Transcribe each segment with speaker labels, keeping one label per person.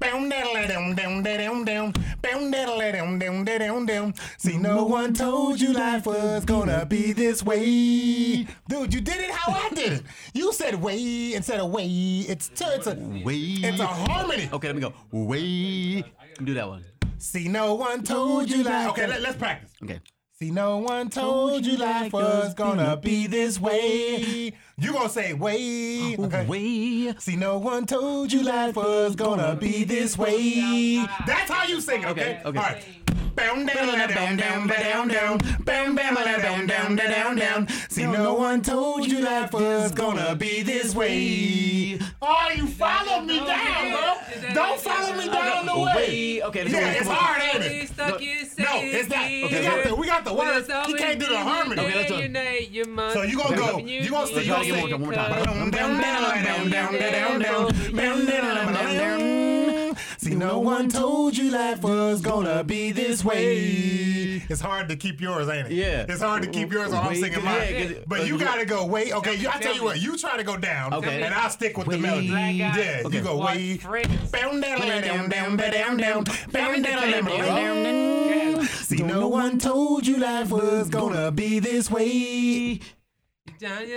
Speaker 1: down, down, down, down, down, down, down, down, down, down, down, down. See, no one told you life was gonna be this way, dude. You did it how I did it. You said way instead of way. It's t- it's a
Speaker 2: Way.
Speaker 1: it's a harmony.
Speaker 2: Okay, let me go. Way. Let me do that one.
Speaker 1: See, no one told you life. Okay, let, let's practice.
Speaker 2: Okay.
Speaker 1: See, no one told you life was gonna be this way. You gonna say way? Okay.
Speaker 2: Way.
Speaker 1: See, no one told you life was gonna be this way. That's how you sing it, okay?
Speaker 2: Okay, okay.
Speaker 1: All right. Bound down, down, down, down, down, down, bound down, down, down, down, down. See, no one told you life was gonna be this way. Oh, you follow me down, bro. Don't follow me down the way.
Speaker 2: Way. Okay, let's
Speaker 1: Yeah,
Speaker 2: go.
Speaker 1: it's
Speaker 2: Come on.
Speaker 1: hard, ain't it?
Speaker 3: Stuck
Speaker 2: No,
Speaker 3: you
Speaker 1: No, it's not.
Speaker 3: say
Speaker 1: He
Speaker 2: Okay,
Speaker 1: got
Speaker 2: okay.
Speaker 1: the, we got the words. He can't do the harmony.
Speaker 2: Okay, let's do it.
Speaker 1: So you gonna go. You gonna
Speaker 2: Let's
Speaker 1: see.
Speaker 2: try
Speaker 1: You
Speaker 2: it again
Speaker 1: gonna
Speaker 2: one
Speaker 1: see.
Speaker 2: more- one more time.
Speaker 1: See, no one told you life was gonna be this way. It's hard to keep yours, ain't it?
Speaker 2: Yeah.
Speaker 1: It's hard to keep yours while I'm
Speaker 2: Wait,
Speaker 1: singing
Speaker 2: yeah, 'cause-
Speaker 1: mine. But uh, you gotta go wait. Okay, you, I tell you what, you try to go down,
Speaker 2: Okay.
Speaker 1: and I'll stick with the
Speaker 2: Wait.
Speaker 1: melody.
Speaker 2: Black
Speaker 3: eyed
Speaker 1: Yeah, you go
Speaker 3: white
Speaker 1: wait.
Speaker 3: friends.
Speaker 1: Bound down, down, down, down, down, bound down, down, down.
Speaker 3: Yeah.
Speaker 1: See, no one told you life was gonna be this way. Does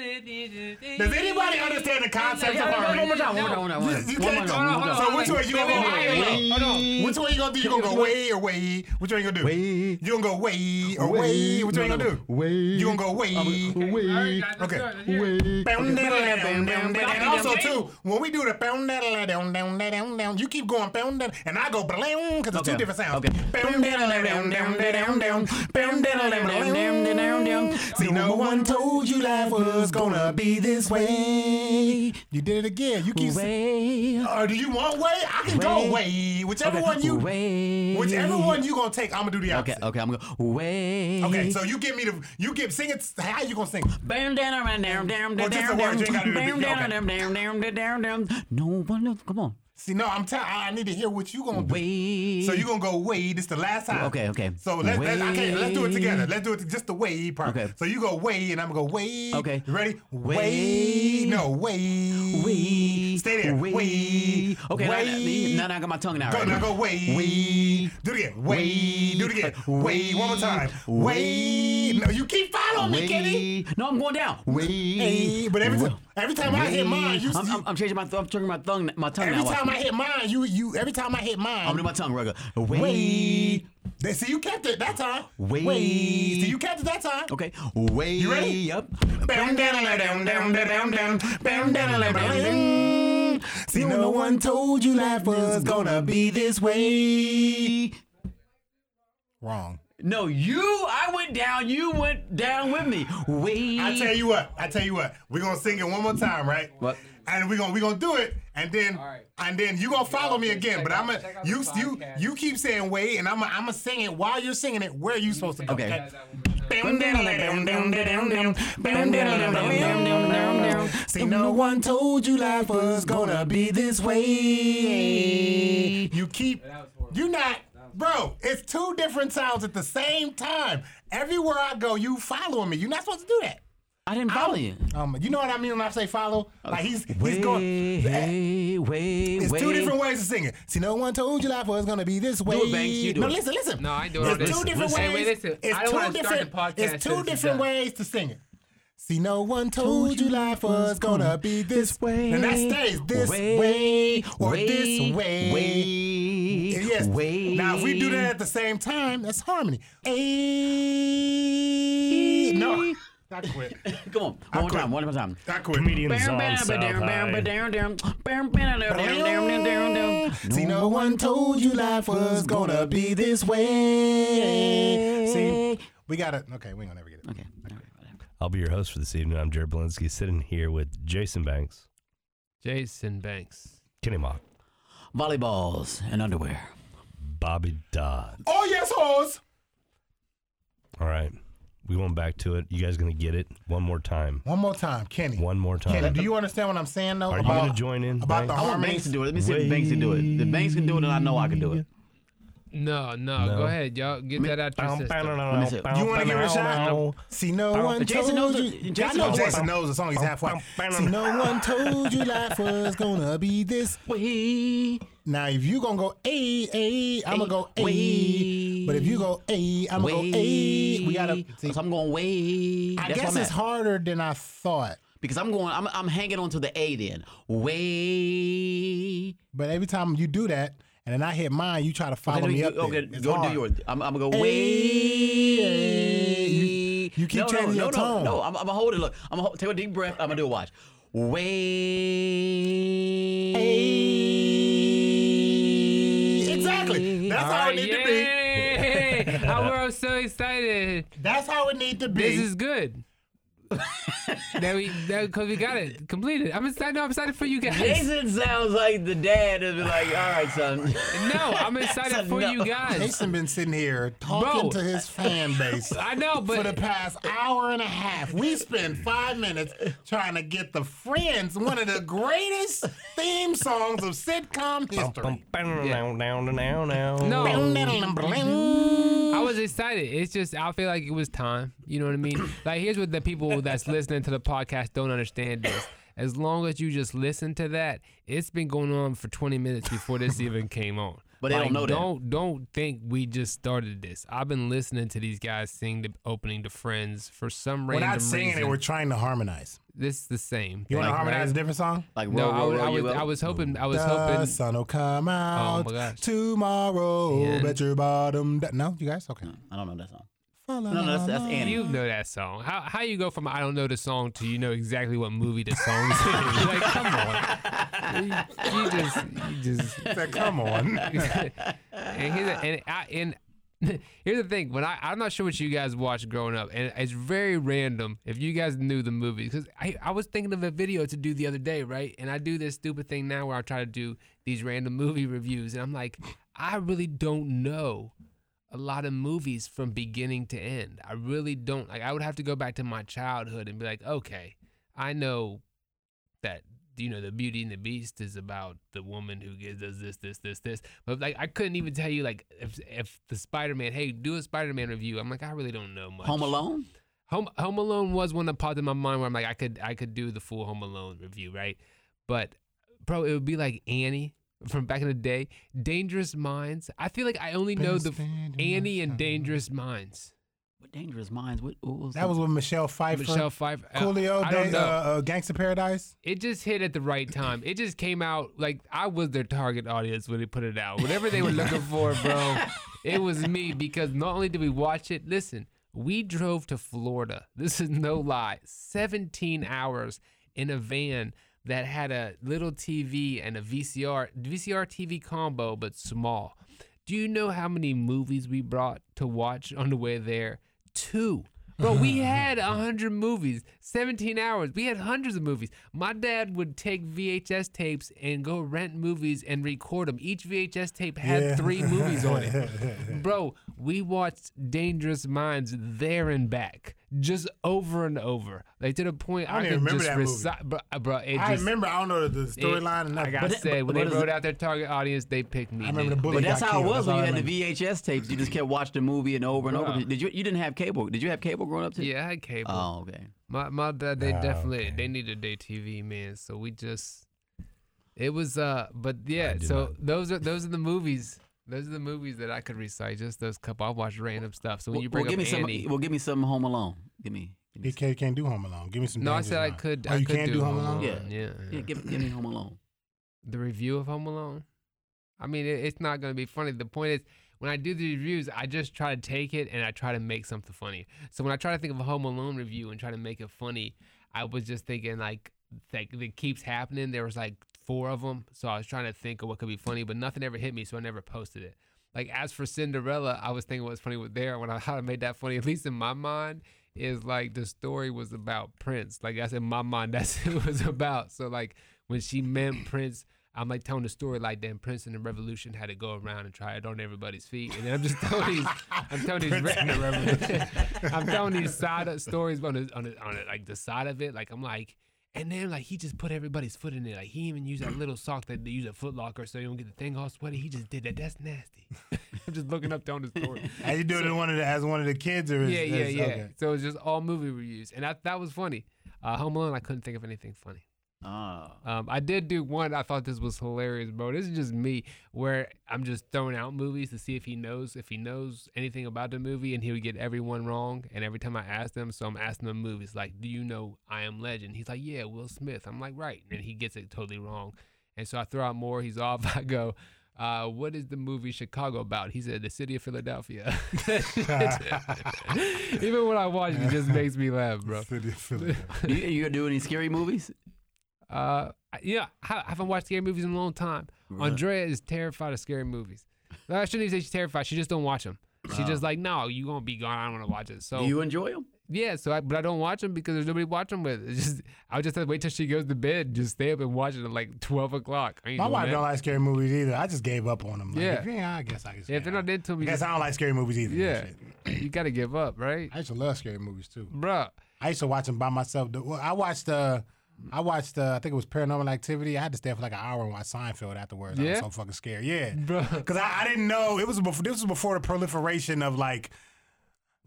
Speaker 3: Does
Speaker 1: anybody understand the concept of harmony?
Speaker 2: One more time. One more time. One more time. One more
Speaker 1: You
Speaker 2: time. One more
Speaker 1: can't
Speaker 2: time.
Speaker 3: hold
Speaker 2: One
Speaker 3: on,
Speaker 2: more
Speaker 3: hold
Speaker 2: time.
Speaker 3: on.
Speaker 1: So which way you gonna
Speaker 3: Wait,
Speaker 1: go?
Speaker 3: wait,
Speaker 1: Which way you gonna do? You gonna go way or way? Which way you gonna do? You gonna go
Speaker 2: Way.
Speaker 1: way or way? Which way you gonna do?
Speaker 2: Way.
Speaker 1: You gonna go way?
Speaker 2: Way.
Speaker 1: Okay.
Speaker 2: Way.
Speaker 1: Bound down, down, down, down. And also too, when we do the bound down, down, down, down, down, you keep going bound down, and I go bling because it's two
Speaker 2: Okay.
Speaker 1: different sounds.
Speaker 2: Okay.
Speaker 1: Bound down, down, down, down, down, bound down, down, down, down, down. See, no one told you life was gonna be this way. You did it again. You keep.
Speaker 2: Way.
Speaker 1: Or do you want way? I can go way. Whichever one you,
Speaker 2: Way.
Speaker 1: whichever one you gonna take, I'm gonna do the
Speaker 2: Okay.
Speaker 1: opposite. Okay.
Speaker 2: Okay. I'm gonna go. Way.
Speaker 1: so you give me the, you give sing it. How you gonna sing? it?
Speaker 2: Bam, down, down, down, down,
Speaker 1: Well,
Speaker 2: down,
Speaker 1: just the words,
Speaker 2: down, down,
Speaker 1: you ain't gotta do the
Speaker 2: down,
Speaker 1: beat, okay.
Speaker 2: down, down, down, down, down, down. No one else. Come on.
Speaker 1: See, no, I'm telling. I I need to hear what you gonna do.
Speaker 2: Way.
Speaker 1: So you gonna go way? This the last time.
Speaker 2: Okay, okay.
Speaker 1: So let's let's, okay, let's do it
Speaker 2: Way.
Speaker 1: together. Let's do it just the way part.
Speaker 2: Okay.
Speaker 1: So you go way, and I'm gonna go way.
Speaker 2: Okay.
Speaker 1: You ready? Way.
Speaker 2: Way.
Speaker 1: No way.
Speaker 2: Way.
Speaker 1: Stay there.
Speaker 2: Way.
Speaker 1: Way.
Speaker 2: Okay, now-
Speaker 1: Way.
Speaker 2: now, now, I got my tongue now.
Speaker 1: Go
Speaker 2: right?
Speaker 1: now, go way.
Speaker 2: Way.
Speaker 1: Do it again. Way. Do it again. Way. One more time. Way.
Speaker 2: Way.
Speaker 1: No, you keep following me, Kenny.
Speaker 2: Way. No, I'm going down. Way.
Speaker 1: Hey, but every time, every time I hit mine, you.
Speaker 2: I'm, I'm, I'm changing my, th- I'm changing my tongue, my tongue
Speaker 1: every
Speaker 2: now.
Speaker 1: time
Speaker 2: I,
Speaker 1: I hit mine, you you. Every time I hit mine,
Speaker 2: am doing my tongue, Rugger. Way.
Speaker 1: Way. They see you kept it that time.
Speaker 2: Way.
Speaker 1: See you kept it that time.
Speaker 2: Okay. Way.
Speaker 1: You ready?
Speaker 2: Up.
Speaker 1: Down, down, down, down, down, down, down, down, down. See, no one told you life was gonna be this way. Wrong.
Speaker 2: No, you. I went down. You went down with me. Way.
Speaker 1: I tell you what. I tell you what. We're gonna sing it one more time, right?
Speaker 2: What?
Speaker 1: And we're gonna we gonna do it, and then
Speaker 3: right.
Speaker 1: and then you gonna follow me again. But
Speaker 3: out-
Speaker 1: I'm
Speaker 3: check
Speaker 1: gonna
Speaker 3: out
Speaker 1: you
Speaker 3: the
Speaker 1: you
Speaker 3: podcast.
Speaker 1: you keep saying wait, and I'm gonna I'm gonna sing it while you're singing it. Where you supposed to go?
Speaker 2: Okay.
Speaker 1: See, no one told you life was gonna be this way. You keep, you not, bro. It's two different sounds at the same time. Everywhere I go, you following me. You're not supposed to do that.
Speaker 2: I didn't follow you.
Speaker 1: Um, you know what I mean when I say follow? Like he's he's
Speaker 2: Way.
Speaker 1: going. eh,
Speaker 2: way.
Speaker 1: It's
Speaker 2: way.
Speaker 1: two different ways of singing. See, no one told you life was gonna be this way.
Speaker 2: Banks, you do
Speaker 1: no,
Speaker 2: it.
Speaker 1: listen, listen.
Speaker 3: No, I do it.
Speaker 1: It's
Speaker 3: Listen,
Speaker 1: two different
Speaker 3: listen.
Speaker 1: ways.
Speaker 3: Hey, wait, listen.
Speaker 1: It's
Speaker 3: I don't
Speaker 1: two
Speaker 3: wanna start the
Speaker 1: different.
Speaker 3: podcast uh,
Speaker 1: it's
Speaker 3: till
Speaker 1: two
Speaker 3: this is
Speaker 1: different
Speaker 3: done.
Speaker 1: ways to sing it. See, no one told you life was gonna be this way. And that stays this way, or this way.
Speaker 2: Way.
Speaker 1: Yes.
Speaker 2: Way.
Speaker 1: Now, if we do that at the same time, that's harmony. A. No. I quit.
Speaker 2: Come on. One more time. One more time.
Speaker 1: I quit.
Speaker 4: Comedians on South High.
Speaker 1: See, no one told you life was gonna be this way. See, we gotta. Okay, we ain't gonna ever get it.
Speaker 2: Okay. all right, whatever.
Speaker 4: I'll be your host for this evening. I'm Jared Belinsky, sitting here with Jason Banks,
Speaker 3: Jason Banks.
Speaker 4: Kenny Mock,
Speaker 2: Volleyballs and underwear.
Speaker 4: Bobby Dodd.
Speaker 1: Oh yes, hoes.
Speaker 4: All right, we went back to it. You guys gonna get it one more time?
Speaker 1: One more time, Kenny.
Speaker 4: One more time.
Speaker 1: Kenny, do you understand what I'm saying though?
Speaker 4: Are you
Speaker 1: about,
Speaker 4: gonna join in,
Speaker 1: about
Speaker 4: Banks?
Speaker 1: the
Speaker 2: I want
Speaker 1: harmonies?
Speaker 2: Banks to do it. Let me see if Banks can do it. If Banks can do it, then I know I can do it.
Speaker 3: No, no,
Speaker 4: No.
Speaker 3: Go ahead, y'all. Get that out your system.
Speaker 1: You want to give it a shot? See, no one told
Speaker 2: Jason knows
Speaker 1: you.
Speaker 2: the- Jason
Speaker 1: I know
Speaker 2: knows
Speaker 1: Jason
Speaker 4: it.
Speaker 1: knows the song. He's halfway. See, no one told you life was gonna be this.
Speaker 2: Wee.
Speaker 1: Now, if you gonna go a a, I'ma
Speaker 2: Ay,
Speaker 1: go a.
Speaker 2: wait.
Speaker 1: But if you go a, I'ma go Oh, a.
Speaker 2: Wait.
Speaker 1: We gotta. See,
Speaker 2: Because I'm going wait.
Speaker 1: I
Speaker 2: That's
Speaker 1: guess
Speaker 2: where I'm
Speaker 1: it's
Speaker 2: at.
Speaker 1: harder than I thought.
Speaker 2: Because I'm going, I'm, I'm hanging on to the A then. Wait.
Speaker 1: But every time you do that, and then I hit mine, you try to follow
Speaker 2: Okay,
Speaker 1: me
Speaker 2: you-
Speaker 1: up.
Speaker 2: okay,
Speaker 1: there. It's
Speaker 2: go
Speaker 1: hard.
Speaker 2: do yours. I'm, I'm gonna go
Speaker 1: Ay,
Speaker 2: wait.
Speaker 1: you- you keep
Speaker 2: no,
Speaker 1: changing
Speaker 2: no,
Speaker 1: your
Speaker 2: no,
Speaker 1: tone.
Speaker 2: No, no, I'm, I'm gonna hold it. Look, I'm gonna take a deep breath. I'm gonna do a watch. Wait.
Speaker 1: Exactly. That's how it need to be.
Speaker 3: Yay! oh, we're all so excited.
Speaker 1: That's how it need to be.
Speaker 3: This is good. that we that because we got it completed. I'm excited. No, I'm excited for you guys.
Speaker 2: Jason sounds like the dad is like, all right, son.
Speaker 3: No, I'm excited for
Speaker 2: no.
Speaker 3: you guys.
Speaker 1: Jason been sitting here talking
Speaker 3: Bro.
Speaker 1: to his fan base.
Speaker 3: I know,
Speaker 1: for the
Speaker 3: but
Speaker 1: past hour and a half. We spent five minutes trying to get the Friends, one of the greatest theme songs of sitcom history.
Speaker 3: No.
Speaker 4: No.
Speaker 3: I was excited. It's just I feel like it was time. You know what I mean? Like here's what the people that's listening to the podcast don't understand this. As long as you just listen to that, it's been going on for 20 minutes before this even came on.
Speaker 2: But they don't
Speaker 3: Like,
Speaker 2: know that.
Speaker 3: Don't don't think we just started this. I've been listening to these guys sing the opening to Friends for some
Speaker 1: We're
Speaker 3: random
Speaker 1: not singing
Speaker 3: reason.
Speaker 1: it, we're trying to harmonize.
Speaker 3: this is the same.
Speaker 1: You want to
Speaker 3: thing,
Speaker 1: harmonize a
Speaker 3: right?
Speaker 1: different song?
Speaker 2: Like,
Speaker 3: No,
Speaker 2: roll,
Speaker 3: I
Speaker 2: roll,
Speaker 3: was, I
Speaker 2: roll your
Speaker 3: was I
Speaker 2: boat.
Speaker 3: was hoping I was
Speaker 1: The
Speaker 3: hoping
Speaker 1: sun will come out
Speaker 3: gosh.
Speaker 1: tomorrow.
Speaker 3: Yeah.
Speaker 1: Bet your bottom. da- no, you guys? Okay.
Speaker 2: I don't know that song.
Speaker 1: Follow
Speaker 2: No, no, that's, that's
Speaker 1: my-
Speaker 2: Annie.
Speaker 3: You know that song. How how you go from I don't know the song to you know exactly what movie the song's in? like, come on. You, you just you just
Speaker 1: Said, Come on.
Speaker 3: and here's the, and I and here's the thing. When I I'm not sure what you guys watched growing up, and it's very random if you guys knew the movie because I I was thinking of a video to do the other day, right? And I do this stupid thing now where I try to do these random movie reviews, and I'm like, I really don't know a lot of movies from beginning to end. I really don't like I would have to go back to my childhood and be like, okay, I know that you know the Beauty and the Beast is about the woman who gives does this this this this, but like I couldn't even tell you like if if the Spider Man, hey, do a Spider Man review. I'm like I really don't know much.
Speaker 2: Home Alone?
Speaker 3: Home Home Alone was one that popped in my mind where I'm like I could I could do the full Home Alone review, right? But bro, it would be like Annie from back in the day, Dangerous Minds. I feel like I only know the Annie and Dangerous Minds.
Speaker 2: What Dangerous Minds? What, what was
Speaker 1: That was with Michelle Pfeiffer.
Speaker 3: Michelle Pfeiffer. uh,
Speaker 1: Coolio,
Speaker 3: I don't
Speaker 1: day, uh,
Speaker 3: know.
Speaker 1: uh, Gangsta Paradise.
Speaker 3: it just hit at the right time. It just came out like I was their target audience when they put it out. Whatever they were looking for, bro, it was me because not only did we watch it, listen, we drove to Florida. This is no lie. 17 hours in a van that had a little TV and a VCR, VCR TV combo, but small. Do you know how many movies we brought to watch on the way there? Two. Bro, we had 100 movies, 17 hours. We had hundreds of movies. My dad would take VHS tapes and go rent movies and record them. Each VHS tape had
Speaker 1: Yeah.
Speaker 3: three movies on it. Bro, we watched Dangerous Minds there and back, just over and over. Like to the point I,
Speaker 1: don't
Speaker 3: could
Speaker 1: even remember
Speaker 3: just
Speaker 1: that movie.
Speaker 3: recite. Bro, uh, bro, it
Speaker 1: I
Speaker 3: just-
Speaker 1: remember. I don't know the
Speaker 3: it-
Speaker 1: storyline. and
Speaker 3: Like
Speaker 1: nothing.
Speaker 3: I said,
Speaker 2: but- but
Speaker 3: when they
Speaker 2: is
Speaker 3: wrote
Speaker 2: it-
Speaker 3: out their target audience, they picked me.
Speaker 1: I remember
Speaker 3: dude.
Speaker 1: the bully
Speaker 2: But that's
Speaker 1: got
Speaker 2: how it
Speaker 1: killed.
Speaker 2: was
Speaker 1: That's all
Speaker 2: when
Speaker 1: I
Speaker 2: you had
Speaker 1: remember.
Speaker 2: the VHS tapes. You just kept watching the movie and over and over.
Speaker 3: Bruh.
Speaker 2: Did you? You didn't have cable. Did you have cable growing up too?
Speaker 3: Yeah, I had cable.
Speaker 2: Oh, okay.
Speaker 3: My my dad, they
Speaker 4: Ah,
Speaker 3: definitely
Speaker 4: okay.
Speaker 3: they needed day TV, man. So we just it was uh but yeah,
Speaker 4: did
Speaker 3: so those are those are the movies. Those are the movies that I could recite, just those couple. I watched random stuff. So when you
Speaker 2: well,
Speaker 3: bring
Speaker 2: give me
Speaker 3: up
Speaker 2: some.
Speaker 3: Annie,
Speaker 2: Well, give me some Home Alone. Give me. Give me
Speaker 1: He
Speaker 2: some-
Speaker 1: can't, can't do Home Alone. Give me some.
Speaker 3: no, I
Speaker 1: Dangerous
Speaker 3: said I
Speaker 1: Minds.
Speaker 3: could.
Speaker 1: Oh,
Speaker 3: I
Speaker 1: you
Speaker 3: could
Speaker 1: can't do Home Alone.
Speaker 3: Yeah,
Speaker 2: Yeah.
Speaker 3: yeah,
Speaker 2: yeah, give, give me Home Alone.
Speaker 3: The review of Home Alone. I mean, it, it's not going to be funny. The point is, when I do the reviews, I just try to take it and I try to make something funny. So when I try to think of a Home Alone review and try to make it funny, I was just thinking like, like it keeps happening. There was like four of them, so I was trying to think of what could be funny, but nothing ever hit me, so I never posted it. Like as for Cinderella, I was thinking what's funny with there when I how I made that funny, at least in my mind, is like the story was about Prince. Like that's in my mind, that's what it was about. So like when she meant Prince, I'm like telling the story like then Prince and the Revolution had to go around and try it on everybody's feet. And then I'm just telling these I'm telling these I'm telling these side of stories on the, on the, on the, like the side of it. Like I'm like And then like he just put everybody's foot in it. Like he even used that little sock that they use at Foot Locker so you don't get the thing all sweaty. He just did that. That's nasty. I'm just looking up down his door.
Speaker 1: As you do it in one of the, as one of the kids or is,
Speaker 3: yeah, yeah,
Speaker 1: is-
Speaker 3: yeah.
Speaker 1: okay.
Speaker 3: So it was just all movie reviews, and that that was funny. Uh, Home Alone, I couldn't think of anything funny.
Speaker 2: Oh.
Speaker 3: Um, I did do one. I thought this was hilarious, bro. This is just me, where I'm just throwing out movies to see if he knows if he knows anything about the movie, and he would get everyone wrong. And every time I asked him, so I'm asking him movies like, "Do you know I Am Legend?" He's like, "Yeah, Will Smith." I'm like, "Right," and he gets it totally wrong. And so I throw out more. He's off. I go. Uh, what is the movie Chicago about? He said the city of Philadelphia. Even when I watch it, it just makes me laugh, bro.
Speaker 1: City of Philadelphia.
Speaker 2: you, you do any scary movies?
Speaker 3: Uh, I- yeah, I I haven't watched scary movies in a long time. Andrea is terrified of scary movies. No, I shouldn't even say she's terrified. She just don't watch them. She just like, no, you gonna be gone. I don't want to watch it. So
Speaker 2: Do you enjoy them?
Speaker 3: yeah, so I, but I don't watch them because there's nobody watching with. It's just I would just have to wait till she goes to bed, just stay up and watch it at like twelve o'clock. I ain't
Speaker 1: My
Speaker 3: doing
Speaker 1: wife
Speaker 3: that.
Speaker 1: don't like scary movies either. I just gave up on them. Like,
Speaker 3: Yeah.
Speaker 1: yeah, I guess I guess.
Speaker 3: Yeah, if they're not dead to
Speaker 1: I
Speaker 3: me,
Speaker 1: guess I don't like scary movies either.
Speaker 3: yeah,
Speaker 1: Shit.
Speaker 3: you gotta give up, right,
Speaker 1: I used to love scary movies too.
Speaker 3: Bruh.
Speaker 1: I used to watch them by myself. The- well, I watched uh, I watched uh, I think it was Paranormal Activity. I had to stay up for like an hour and watch Seinfeld afterwards. I was
Speaker 3: Yeah?
Speaker 1: so fucking scared. Yeah,
Speaker 3: Bruh.
Speaker 1: because I, I didn't know it was before. This was before the proliferation of like.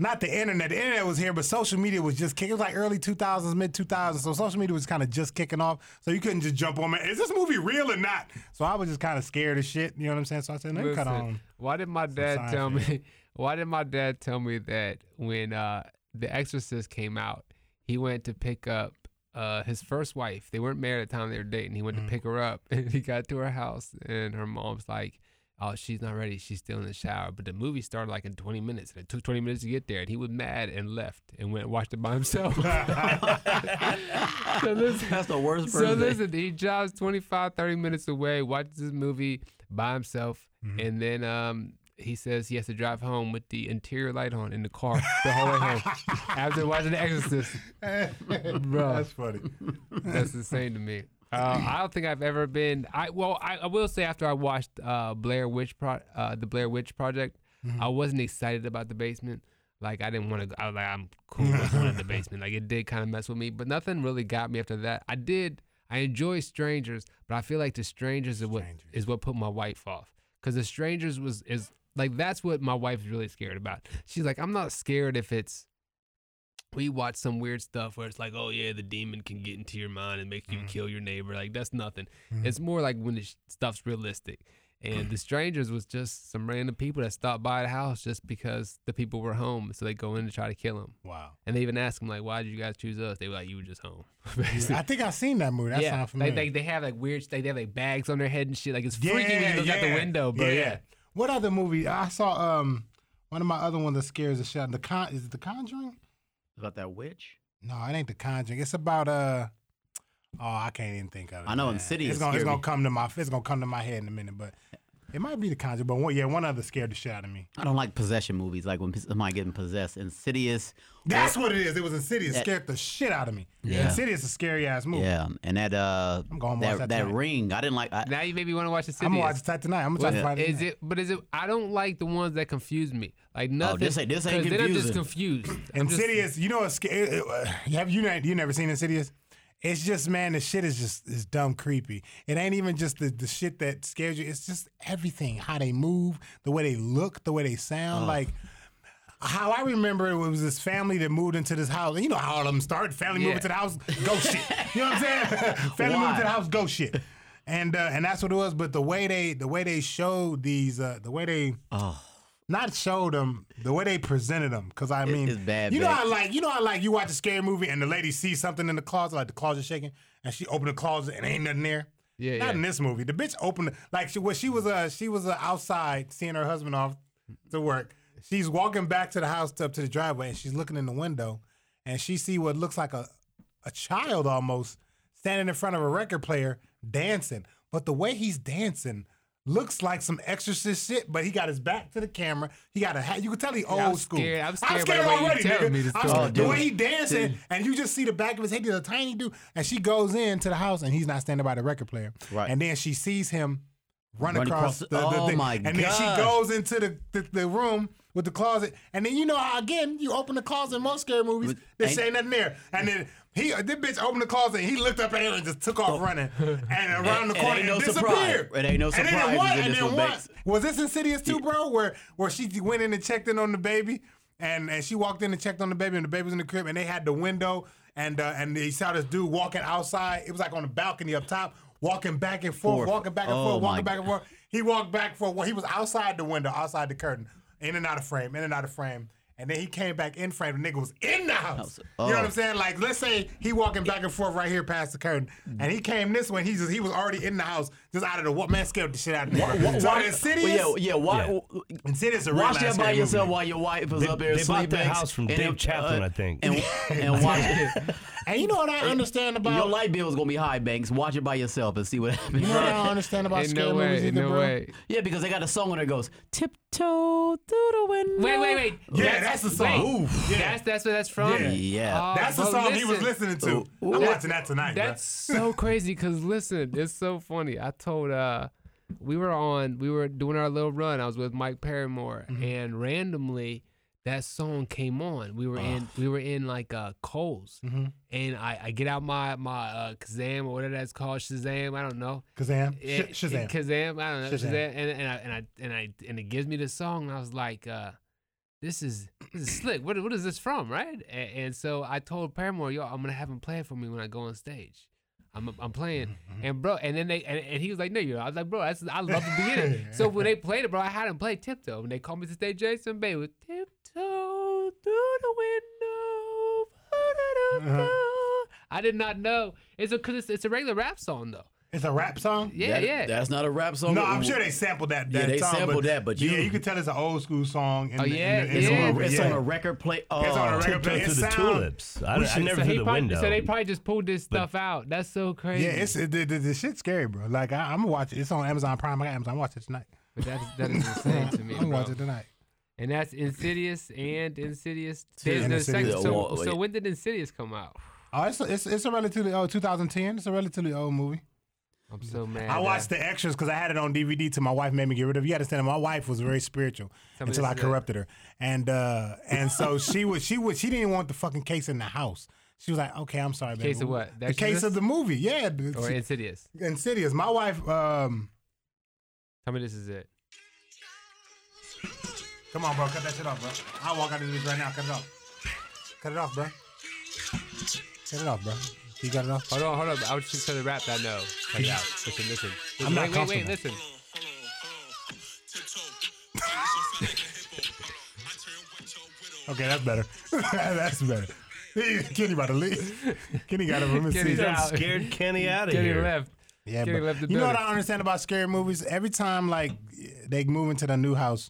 Speaker 1: Not the internet. The internet was here, but social media was just kicking. It was like early 2000s, mid 2000s. So social media was kind of just kicking off. So you couldn't just jump on, man, is this movie real or not? So I was just kind of scared of shit. You know what I'm saying? So I said, let me cut
Speaker 3: Listen,
Speaker 1: on.
Speaker 3: Why did my dad tell
Speaker 1: Seinfeld.
Speaker 3: me? Why did my dad tell me that when uh, The Exorcist came out, he went to pick up uh, his first wife. They weren't married at the time they were dating. He went
Speaker 1: Mm-hmm.
Speaker 3: to pick her up, and he got to her house, and her mom's like. Oh, she's not ready. She's still in the shower. But the movie started like in 20 minutes, and it took 20 minutes to get there. And he was mad and left and went and watched it by himself. so listen,
Speaker 2: That's the worst
Speaker 3: so
Speaker 2: person.
Speaker 3: listen, he drives 25, 30 minutes away, watches this movie by himself, and then um, he says he has to drive home with the interior light on in the car the whole way home after watching The Exorcist. Bro,
Speaker 1: That's funny.
Speaker 3: that's insane to me. Uh, I don't think I've ever been. I well, I, I will say after I watched uh, Blair Witch Pro, uh, the Blair Witch Project, I wasn't excited about the basement. Like I didn't want to. go I was like, I'm cool with going in the basement. Like it did kind of mess with me, but nothing really got me after that. I did. I enjoy strangers, but I feel like the strangers, is what is what put my wife off. Cause the strangers was is like that's what my wife's really scared about. She's like, I'm not scared if it's we watch some weird stuff where it's like, oh yeah, the demon can get into your mind and
Speaker 1: Mm-hmm.
Speaker 3: make you kill your neighbor. Like that's nothing. It's more like when the sh- stuff's realistic. And the strangers was just some random people that stopped by the house just because the people were home, so they go in to try to kill them.
Speaker 1: Wow.
Speaker 3: And they even asked them like, why did you guys choose us? They were like, you were just home. Basically.
Speaker 1: I think I've seen that movie. That
Speaker 3: yeah,
Speaker 1: sounds
Speaker 3: they,
Speaker 1: familiar.
Speaker 3: they, they have like weird, they, they have like bags on their head and shit. Like it's freaky when you look out the window, bro. Yeah,
Speaker 1: What other movie? I saw um one of my other ones that scares the shit. out- The con is it The Conjuring?
Speaker 2: About that witch?
Speaker 1: No, it ain't The Conjuring. It's about uh oh I can't even think of it.
Speaker 2: I know,
Speaker 1: man.
Speaker 2: Insidious
Speaker 1: It's gonna it's
Speaker 2: scared
Speaker 1: gonna
Speaker 2: me.
Speaker 1: come to my it's gonna come to my head in a minute, but it might be The Conjuring. But one, yeah, one other scared the shit out of me.
Speaker 2: I don't like possession movies, like when somebody getting possessed. Insidious.
Speaker 1: That's what it is. It was Insidious.
Speaker 2: That-
Speaker 1: scared the shit out of me.
Speaker 2: Yeah.
Speaker 1: Insidious is a scary ass movie.
Speaker 2: Yeah, and that uh,
Speaker 1: I'm going to watch that
Speaker 2: that, that
Speaker 1: tonight.
Speaker 2: ring. I didn't like. I,
Speaker 3: Now you maybe want to watch the city.
Speaker 1: I'm gonna watch that tonight. I'm gonna talk
Speaker 3: Well,
Speaker 1: about it.
Speaker 3: is
Speaker 1: tonight.
Speaker 3: it? But is it? I don't like the ones that confuse me. Like nothing.
Speaker 2: Oh, this ain't- this ain't
Speaker 3: 'cause Then I'm just
Speaker 2: confusing.
Speaker 3: confused. I'm just-
Speaker 1: Insidious, you know, it's, sca- it, it, uh, have you not, you never seen Insidious? It's just man, the shit is just is dumb creepy. It ain't even just the, the shit that scares you. It's just everything, how they move, the way they look, the way they sound, like. How I remember it was this family that moved into this house. And you know how all of them start. Family
Speaker 3: Yeah.
Speaker 1: moving to the house, ghost shit. You know what I'm saying? family
Speaker 2: Why?
Speaker 1: moving to the house, ghost shit. And uh, and that's what it was. But the way they the way they showed these uh, the way they
Speaker 2: oh,
Speaker 1: not showed them the way they presented them. Cause I mean,
Speaker 2: it's bad,
Speaker 1: You know,
Speaker 2: babe.
Speaker 1: I like you know, I like you watch a scary movie and the lady sees something in the closet, like the closet shaking, and she opened the closet and ain't nothing there.
Speaker 3: Yeah,
Speaker 1: not
Speaker 3: yeah.
Speaker 1: in this movie. The bitch opened the- like she was she was uh she was uh, outside seeing her husband off to work. She's walking back to the house up to the driveway and she's looking in the window and she see what looks like a a child almost standing in front of a record player dancing. But the way he's dancing looks like some exorcist shit. But he got his back to the camera. He got a hat. You can tell he old
Speaker 3: I'm
Speaker 1: school.
Speaker 3: scared. I'm scared by the way you telling me this
Speaker 1: I'm
Speaker 3: story.
Speaker 1: scared. the
Speaker 2: Dude.
Speaker 1: way he dancing, and you just see the back of his head. He's a tiny dude, and she goes into the house, and he's not standing by the record player.
Speaker 2: Right.
Speaker 1: And then she sees him run,
Speaker 2: Run
Speaker 1: across,
Speaker 2: across the-
Speaker 1: the, the
Speaker 2: oh
Speaker 1: thing.
Speaker 2: my
Speaker 1: and then she
Speaker 2: gosh.
Speaker 1: goes into the, the, the room with the closet, and then you know how again you open the closet in most scary movies,
Speaker 2: With-
Speaker 1: there
Speaker 2: ain't-
Speaker 1: ain't nothing there, and then he this bitch opened the closet, and he looked up at her and just took off running, and around the
Speaker 2: Oh. It- it
Speaker 1: corner
Speaker 2: ain't
Speaker 1: and,
Speaker 2: no
Speaker 1: disappeared.
Speaker 2: surprise. It ain't no
Speaker 1: And then
Speaker 2: surprises
Speaker 1: what?
Speaker 2: in
Speaker 1: And
Speaker 2: this
Speaker 1: then
Speaker 2: one,
Speaker 1: what?
Speaker 2: Bates.
Speaker 1: Was this Insidious too, bro? Where where she went in and checked in on the baby, and and she walked in and checked on the baby, and the baby was in the crib, and they had the window, and uh, and he saw this dude walking outside. It was like on the balcony up top, walking back and forth,
Speaker 2: Forth.
Speaker 1: walking back and
Speaker 2: Oh,
Speaker 1: forth, walking
Speaker 2: my
Speaker 1: back and forth. He walked back for a while. He was outside the window, outside the curtain, in and out of frame, in and out of frame. And then he came back in frame. The nigga was in the house.
Speaker 2: Oh.
Speaker 1: You know what I'm saying? Like, let's say he walking back and forth right here past the curtain, and he came this way. He just he was already in the house, just out of the what man scared the shit out of me. So
Speaker 2: Why-
Speaker 1: Insidious,
Speaker 2: Well, yeah, yeah. Why?
Speaker 1: Insidious a real
Speaker 2: Watch
Speaker 1: ass
Speaker 2: that by
Speaker 1: scary
Speaker 2: yourself
Speaker 1: movie.
Speaker 2: while your wife is
Speaker 4: They-
Speaker 2: up there
Speaker 4: they bought
Speaker 2: sleeping. uh,
Speaker 4: the house from Dave Chaplin, I think.
Speaker 2: And, and watch it.
Speaker 1: And you know what I understand about
Speaker 2: Your light bill is gonna be high, Banks. Watch it by yourself and see what happens.
Speaker 1: You know what I don't understand about
Speaker 3: Ain't
Speaker 1: scary
Speaker 3: no
Speaker 1: movies
Speaker 3: way. Ain't
Speaker 1: either,
Speaker 3: no
Speaker 1: bro.
Speaker 3: way.
Speaker 2: Yeah, because they got a song where it goes tiptoe through the window.
Speaker 3: Wait, wait, wait.
Speaker 1: Yeah, that's the song.
Speaker 3: wait.
Speaker 1: Oof. Yeah.
Speaker 3: That's that's where that's from.
Speaker 1: Yeah.
Speaker 2: Yeah.
Speaker 3: Oh,
Speaker 1: That's the
Speaker 3: bro,
Speaker 1: song he was
Speaker 3: listen.
Speaker 1: listening to.
Speaker 2: Ooh.
Speaker 1: I'm
Speaker 2: That-
Speaker 1: watching that tonight. bro.
Speaker 3: That's so crazy because listen, it's so funny. I told uh we were on we were doing our little run. I was with Mike Paramore and randomly that song came on. We were in we were in like uh Coles
Speaker 2: Mm-hmm.
Speaker 3: and I, I get out my my uh Kazam or whatever that's called, Shazam, I don't know.
Speaker 1: Kazam.
Speaker 3: Yeah,
Speaker 1: Sh- Shazam.
Speaker 3: Kazam, I don't know.
Speaker 1: Shazam.
Speaker 3: Shazam. And, and, I, and, I, and, I, and it gives me the song, and I was like, uh, this is this is slick. What, what is this from, right? And, and so I told Paramore, yo, I'm going to have him play it for me when I go on stage. I'm, I'm playing.
Speaker 1: Mm-hmm.
Speaker 3: And, bro, and then they, and, and he was like, no, you're not. I was like, bro, that's, I love the beginning. so when they played it, bro, I had him play Tiptoe. And they called me to stage Jason Bay with Tiptoe through the window.
Speaker 1: Uh-huh.
Speaker 3: I did not know. It's a, cause it's, it's a regular rap song, though.
Speaker 1: It's a rap song.
Speaker 3: Yeah,
Speaker 2: That-
Speaker 3: yeah.
Speaker 2: That's not a rap song.
Speaker 1: No, I'm sure they sampled that.
Speaker 2: Yeah,
Speaker 1: that
Speaker 2: they
Speaker 1: song,
Speaker 2: sampled
Speaker 1: but,
Speaker 2: that, but
Speaker 1: yeah,
Speaker 2: you-
Speaker 1: you can tell it's an old school song. In
Speaker 3: Oh,
Speaker 1: the,
Speaker 3: yeah,
Speaker 1: in the, in the
Speaker 3: yeah.
Speaker 1: movie,
Speaker 2: It's
Speaker 1: yeah.
Speaker 2: on a record play. Oh,
Speaker 1: It's on a record
Speaker 4: Tiptoe
Speaker 1: play.
Speaker 4: through
Speaker 1: It
Speaker 4: the
Speaker 1: sound-
Speaker 4: tulips. I, I never
Speaker 3: so
Speaker 4: through
Speaker 3: he
Speaker 4: the
Speaker 3: probably,
Speaker 4: window.
Speaker 3: So they probably just pulled this stuff out. That's so crazy.
Speaker 1: Yeah, it's it, the, the, the shit's scary, bro. Like I, I'm gonna watch it. It's on Amazon Prime. I got Amazon. I watch it tonight.
Speaker 3: But that is, that is insane to me,
Speaker 1: I'm gonna
Speaker 3: bro.
Speaker 1: watch it tonight.
Speaker 3: And that's Insidious and Insidious. There's
Speaker 1: And
Speaker 3: no
Speaker 1: Insidious.
Speaker 3: second.
Speaker 2: Yeah,
Speaker 3: So,
Speaker 2: well,
Speaker 3: so
Speaker 2: wait.
Speaker 3: when did Insidious come out?
Speaker 1: Oh, it's a, it's it's a relatively old 2010. It's a relatively old movie.
Speaker 3: I'm so mad.
Speaker 1: I watched the extras because I had it on DVD. Till my wife made me get rid of. it. You understand? My wife was very spiritual
Speaker 3: Somebody
Speaker 1: until I
Speaker 3: said that.
Speaker 1: corrupted her, and uh, and so she was she was she didn't want the fucking case in the house. She was like, "Okay, I'm sorry, baby."
Speaker 3: Case of what? The
Speaker 1: The case
Speaker 3: Exorcist?
Speaker 1: of the movie. Yeah, the-
Speaker 3: Or Insidious.
Speaker 1: Insidious. My wife. Um,
Speaker 3: Tell me this is it.
Speaker 1: come on, bro, cut that shit off, bro. I will walk out of this bitch right now. Cut it off. Cut it off, bro. Cut it off, bro. You got it off.
Speaker 3: Hold on, hold on. I was just gonna rap that. No, cut it out. Listen, listen.
Speaker 1: I'm not
Speaker 3: wait, wait, wait.
Speaker 1: comfortable.
Speaker 3: Listen.
Speaker 1: Okay, that's better. that's better. Kenny about to leave. Kenny got him from his
Speaker 3: Kenny's
Speaker 1: seat.
Speaker 3: out.
Speaker 4: scared Kenny out of
Speaker 3: Kenny
Speaker 4: here.
Speaker 3: left.
Speaker 1: Yeah,
Speaker 3: Kenny
Speaker 1: but
Speaker 3: left the
Speaker 1: you know what
Speaker 3: building.
Speaker 1: I don't understand about scary movies? Every time like they move into the new house,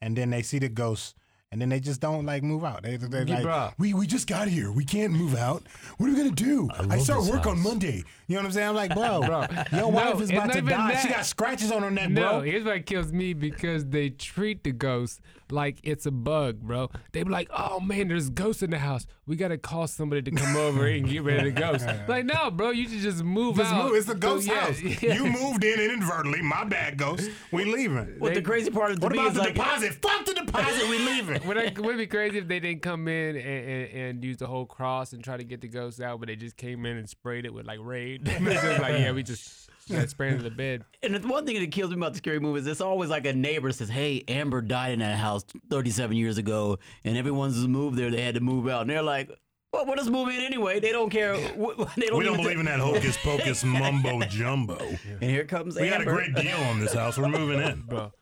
Speaker 1: and then they see the ghosts, and then they just don't like move out. They they
Speaker 3: Yeah,
Speaker 1: like
Speaker 3: bruh.
Speaker 1: we we just got here. We can't move out. What are we gonna do? I,
Speaker 4: love
Speaker 1: start
Speaker 4: this
Speaker 1: work on
Speaker 4: house.
Speaker 1: Monday. You know what I'm saying? I'm like, bro,
Speaker 3: Bro. No,
Speaker 1: your wife is
Speaker 3: it's
Speaker 1: about
Speaker 3: not
Speaker 1: to
Speaker 3: even
Speaker 1: die. She
Speaker 3: that.
Speaker 1: got scratches on her neck,
Speaker 3: No,
Speaker 1: bro.
Speaker 3: here's what kills me because they treat the ghost like it's a bug, bro. They be like, "Oh man, there's ghosts in the house. We gotta call somebody to come over and get rid of the ghost." like, no, bro, you should just move
Speaker 1: Just
Speaker 3: out.
Speaker 1: move. It's a
Speaker 3: So,
Speaker 1: ghost
Speaker 3: yeah,
Speaker 1: house.
Speaker 3: yeah.
Speaker 1: You moved in inadvertently. My bad, ghost. We leaving.
Speaker 2: What the crazy part of
Speaker 1: What
Speaker 2: me
Speaker 1: about
Speaker 2: is
Speaker 1: the
Speaker 2: like,
Speaker 1: deposit? Fuck the deposit. We leaving.
Speaker 3: Would it would it be crazy if they didn't come in and, and, and use the whole cross and try to get the ghost out, but they just came in and sprayed it with like raid? it's just like, yeah, we just yeah, sprayed into the bed.
Speaker 2: And the one thing that kills me about the scary movies, it's always like a neighbor says, "Hey, Amber died in that house 37 years ago, and everyone's moved there. They had to move out." And they're like, "Well, we're just moving anyway. They don't care. Wh- wh- They don't
Speaker 5: We don't
Speaker 2: even
Speaker 5: believe in that hocus pocus mumbo jumbo.
Speaker 2: And here comes
Speaker 5: We got a
Speaker 2: Amber.
Speaker 5: great deal on this house. We're moving in.
Speaker 3: bro.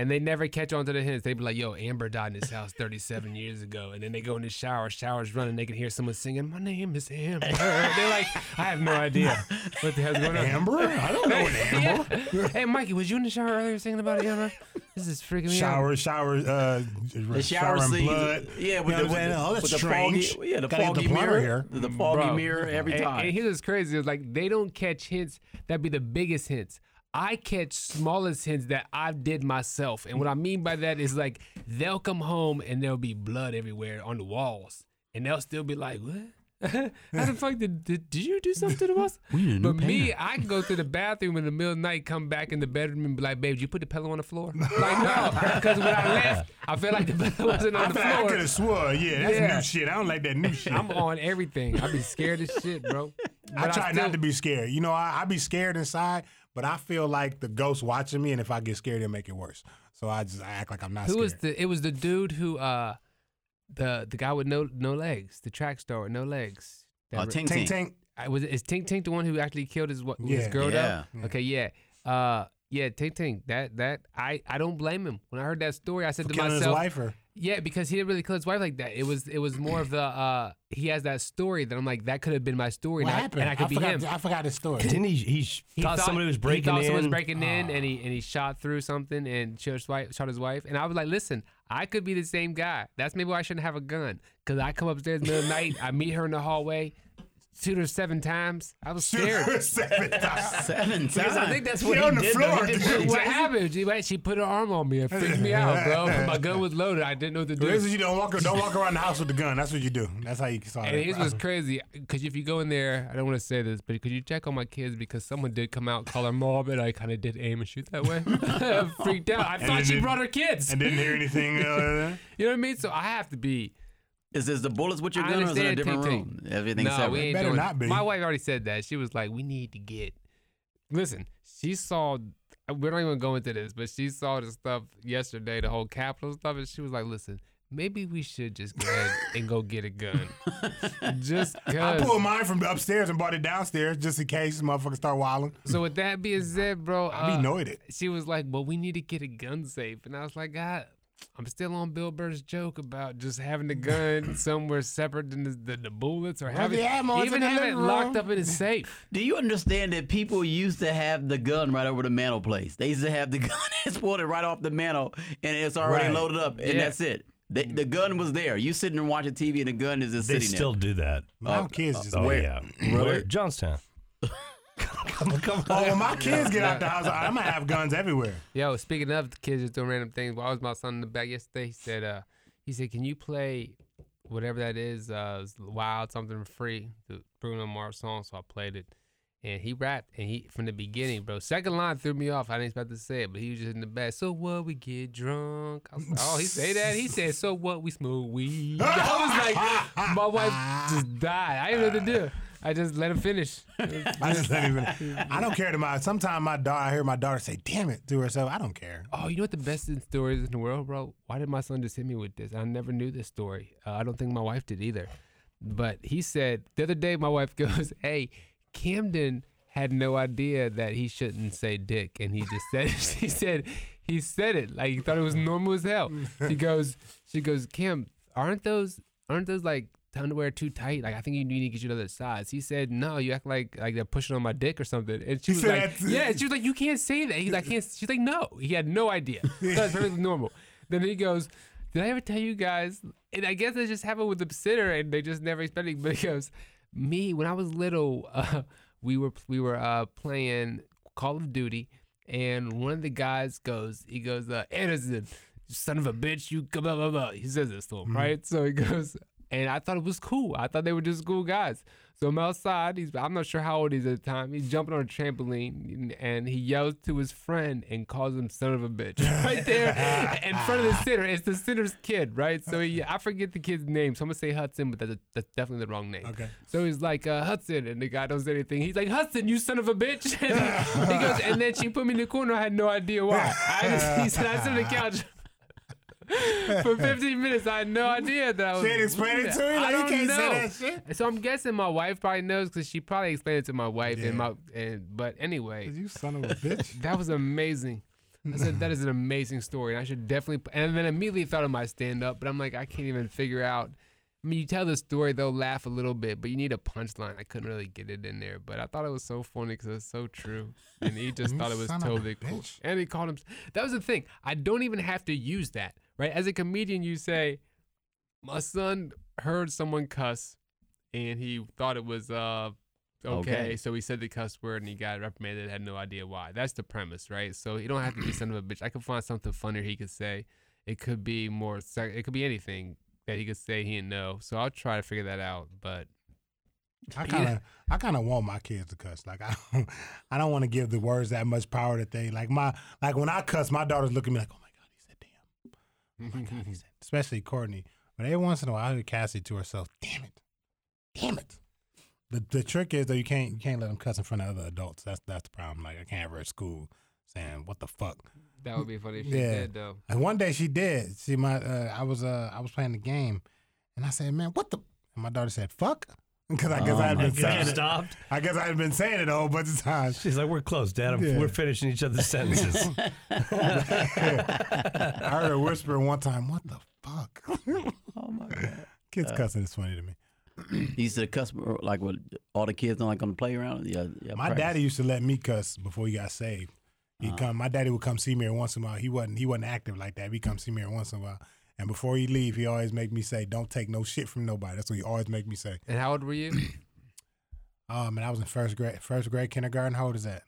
Speaker 3: And they never catch on to the hints. They be like, "Yo, Amber died in this house 37 years ago." And then they go in the shower, showers running, they can hear someone singing, "My name is Amber." They're like, "I have no idea what the hell's going on."
Speaker 1: Amber? I don't know an Amber.
Speaker 3: Yeah. Hey, Mikey, was you in the shower earlier singing about Amber? This is freaking me out.
Speaker 1: Shower, shower, uh, the
Speaker 2: shower
Speaker 1: and
Speaker 2: scene.
Speaker 1: blood.
Speaker 2: Yeah,
Speaker 1: you
Speaker 2: with
Speaker 1: know
Speaker 2: the,
Speaker 1: what I'm saying?
Speaker 2: with the-
Speaker 1: oh, that's
Speaker 2: with the
Speaker 1: strange.
Speaker 2: foggy, yeah, the
Speaker 1: Gotta get
Speaker 2: foggy
Speaker 1: the plumber
Speaker 2: mirror,
Speaker 1: here.
Speaker 2: the foggy
Speaker 3: Bro.
Speaker 2: mirror every
Speaker 3: And,
Speaker 2: time.
Speaker 3: and here's what's crazy is like they don't catch hints that be the biggest hints. I catch smallest hints that I did myself. And what I mean by that is like they'll come home and there'll be blood everywhere on the walls. And they'll still be like, What? How the fuck did, did did you do something to us?
Speaker 2: We need a new
Speaker 3: But me,
Speaker 2: painter.
Speaker 3: I can go to the bathroom in the middle of the night, come back in the bedroom and be like, babe, did you put the pillow on the floor? Like, no. Because when I left, I felt like the pillow wasn't on
Speaker 5: I,
Speaker 3: the
Speaker 5: feel like I could
Speaker 3: floor.
Speaker 5: have swore. Yeah, that's
Speaker 3: Yeah.
Speaker 5: new shit. I don't like that new shit.
Speaker 3: I'm on everything. I be scared as shit, bro. But
Speaker 5: I try
Speaker 3: still-
Speaker 5: not to be scared. You know, I, I be scared inside, but I feel like the ghost watching me, and if I get scared, it'll make it worse. So I just I act like I'm not
Speaker 3: Who
Speaker 5: scared.
Speaker 3: was the? It was the dude who, uh, the the guy with no no legs, the track star with no legs. That
Speaker 2: Uh,
Speaker 3: re-
Speaker 2: Ting
Speaker 5: Tank
Speaker 2: Ting.
Speaker 5: Tank.
Speaker 3: I was is Tink Tink the one who actually killed his wa- his
Speaker 5: Yeah. Hmm.
Speaker 3: girl? though?
Speaker 5: Yeah.
Speaker 3: Okay. Yeah. Uh. Yeah. Tink Tink. That that I I don't blame him. When I heard that story, I said to
Speaker 5: Killing
Speaker 3: myself,
Speaker 5: his wife or
Speaker 3: Yeah, because he didn't really kill his wife like that. It was it was more of the uh he has that story that I'm like that could have been my story
Speaker 5: what
Speaker 3: and,
Speaker 5: happened?
Speaker 3: I, and I could be
Speaker 5: forgot,
Speaker 3: him.
Speaker 5: I forgot the story.
Speaker 4: Didn't he? He, sh-
Speaker 3: He
Speaker 4: thought, somebody was breaking
Speaker 3: he thought
Speaker 4: in. Ah.
Speaker 3: someone was breaking in, and he and he shot through something and shot his wife. Shot his wife, and I was like, "Listen, I could be the same guy. That's maybe why I shouldn't have a gun. Cause I come upstairs in the middle of the night, I meet her in the hallway, shoot her seven times. I was scared.
Speaker 5: Seven times.
Speaker 2: Seven times.
Speaker 3: Because I think that's what
Speaker 5: He
Speaker 3: he
Speaker 5: on the
Speaker 3: did, though.
Speaker 5: floor.
Speaker 3: He did-
Speaker 5: Did you
Speaker 3: what
Speaker 5: tell him?
Speaker 3: happened? She, went- she put her arm on me and freaked me out, bro. My gun was loaded. I didn't know what to do.
Speaker 5: This is you don't walk don't walk around the house with the gun. That's what you do. That's how you solve
Speaker 3: And
Speaker 5: that
Speaker 3: his was
Speaker 5: problem.
Speaker 3: crazy because if you go in there, I don't want to say this, but could you check on my kids because someone did come out, call her mom, and I kind of did aim and shoot that way. Freaked out. I
Speaker 5: it
Speaker 3: thought she
Speaker 5: didn't-
Speaker 3: brought her kids.
Speaker 5: And didn't hear anything. Uh,
Speaker 3: You know what I mean? So I have to be.
Speaker 2: Is this the bullets with your
Speaker 3: I
Speaker 2: gun or is it a
Speaker 3: understand
Speaker 2: different
Speaker 3: Ting
Speaker 2: room? Everything's
Speaker 3: no, we
Speaker 2: separate.
Speaker 3: ain't
Speaker 5: Better
Speaker 3: doing
Speaker 5: not be.
Speaker 3: My wife already said that. She was like, "We need to get." Listen, she saw. We're not even going into this, but she saw the stuff yesterday, the whole Capitol stuff, and she was like, "Listen, maybe we should just go ahead and go get a gun, just
Speaker 5: I
Speaker 3: cause."
Speaker 5: pulled mine from the upstairs and brought it downstairs just in case motherfuckers start wilding.
Speaker 3: So with that being said, bro,
Speaker 5: I be
Speaker 3: uh,
Speaker 5: annoyed it.
Speaker 3: she was like, "Well, we need to get a gun safe," and I was like, "God, I'm still on Bill Burr's joke about just having the gun somewhere separate than the, the, the bullets or having
Speaker 5: the ammo's in
Speaker 3: even
Speaker 5: the
Speaker 3: having it
Speaker 5: living
Speaker 3: locked
Speaker 5: room."
Speaker 3: up in a safe."
Speaker 2: Do you understand that people used to have the gun right over the mantel place? They used to have the gun exported right off the mantel, and it's already
Speaker 5: Right.
Speaker 2: loaded up, and
Speaker 3: Yeah.
Speaker 2: that's it. The, the gun was there. You sitting and watching TV, and the gun is just
Speaker 4: They
Speaker 2: sitting
Speaker 4: still do that.
Speaker 5: My kids just
Speaker 4: Oh
Speaker 5: weird.
Speaker 4: yeah, where Johnstown?
Speaker 5: Oh, when my kids get out the house, I'm gonna have guns everywhere.
Speaker 3: Yo, speaking of the kids just doing random things, well, I was my son in the back yesterday. He said, uh, he said, "Can you play whatever that is, uh, Wild Something Free, the Bruno Mars song?" So I played it, and he rapped, and he from the beginning, bro. Second line threw me off. I didn't expect to say it, but he was just in the back. So what? We get drunk. I was like, oh, he say that? He said, "So what? We smoke weed." I was like, my wife just died. I didn't know what to do. I just let him finish.
Speaker 5: I just don't even. I don't care to my. Sometimes my daughter, I hear my daughter say, "Damn it," to herself. I don't care.
Speaker 3: Oh, you know what the best in stories in the world, bro? Why did my son just hit me with this? I never knew this story. Uh, I don't think my wife did either. But he said the other day, my wife goes, "Hey, Camden had no idea that he shouldn't say dick, and he just said he said he said it like he thought it was normal as hell." She goes, she goes, Kim, aren't those aren't those like underwear too tight? Like I think you need to get you another size. He said, No, you act like like they're pushing on my dick or something. And she was
Speaker 5: said
Speaker 3: like,
Speaker 5: that-
Speaker 3: Yeah, and she was like, You can't say that. He's like, I can't she's like, No. He had no idea. That's perfectly normal. Then he goes, Did I ever tell you guys and I guess it just happened with the sitter and they just never expected but he goes, Me, when I was little, uh, we were we were uh playing Call of Duty and one of the guys goes, he goes, uh, Anderson, you son of a bitch, you blah blah blah. He says this to him, right? So he goes, and I thought it was cool. I thought they were just cool guys. So I'm outside. He's I'm not sure how old he's at the time. He's jumping on a trampoline and, and he yells to his friend and calls him son of a bitch right there in front of the center. It's the center's kid, right? So he, I forget the kid's name. So I'm gonna say Hudson, but that's, a, that's definitely the wrong name.
Speaker 5: Okay.
Speaker 3: So he's like uh, Hudson, and the guy don't say anything. He's like Hudson, you son of a bitch. And he, he goes, and then she put me in the corner. I had no idea why. I just, he said I sit on the couch. For 15 minutes, I had no idea that I was.
Speaker 5: She ain't explain it to you.
Speaker 3: I
Speaker 5: Like, you
Speaker 3: don't
Speaker 5: can't
Speaker 3: know.
Speaker 5: say that shit.
Speaker 3: So I'm guessing my wife probably knows because she probably explained it to my wife
Speaker 5: Yeah.
Speaker 3: and my and but anyway,
Speaker 5: You son of a bitch.
Speaker 3: that was amazing. I said that is an amazing story, and I should definitely. p-" And then immediately thought of my stand up, but I'm like, I can't even figure out. I mean, you tell the story, they'll laugh a little bit, but you need a punchline. I couldn't really get it in there, but I thought it was so funny because it's so true, and he just
Speaker 5: You
Speaker 3: thought it was
Speaker 5: son of a
Speaker 3: totally cool.
Speaker 5: bitch.
Speaker 3: And he called him. That was the thing. I don't even have to use that, right? As a comedian, you say, "My son heard someone cuss, and he thought it was uh okay,
Speaker 2: Okay.
Speaker 3: so he said the cuss word and he got reprimanded had no idea why that's the premise right so you don't have to be son of a bitch i could find something funnier he could say it could be more sec- it could be anything that he could say he didn't know so i'll try to figure that out but
Speaker 1: I kind of, I kind of want my kids to cuss. Like I, I don't want to give the words that much power that they like. My, like when I cuss, my daughters look at me like, oh my god, he said damn. Oh my god, he said. Especially Courtney, but every once in a while, I hear Cassie to herself, damn it, damn it. The the trick is though you can't you can't let them cuss in front of other adults. That's that's the problem. Like I can't have her at school saying what the fuck.
Speaker 3: That would be funny if she
Speaker 1: Yeah.
Speaker 3: did though.
Speaker 1: And one day she did. She my uh, I was uh I was playing the game, and I said, "Man, what the?" And my daughter said, "Fuck," because I guess I had been saying it.
Speaker 4: stopped.
Speaker 1: I guess I had been saying it a whole bunch of times.
Speaker 4: She's like, we're close, Dad. I'm-
Speaker 1: Yeah.
Speaker 4: We're finishing each other's sentences.
Speaker 1: I heard her whisper one time, "What the fuck?"
Speaker 2: Oh my god.
Speaker 1: Kids cussing is funny to me.
Speaker 2: You used to cuss like what all the kids don't like on the playground. Yeah, yeah.
Speaker 1: My
Speaker 2: practice.
Speaker 1: daddy used to let me cuss before he got saved.
Speaker 2: Uh.
Speaker 1: He would come. My daddy would come see me every once in a while. He wasn't. He wasn't active like that. He come see me every once in a while. And before he leave, he always make me say, "Don't take no shit from nobody." That's what he always make me say.
Speaker 3: And how old were you?
Speaker 1: Oh man, I was in first grade. First grade kindergarten. How old is that?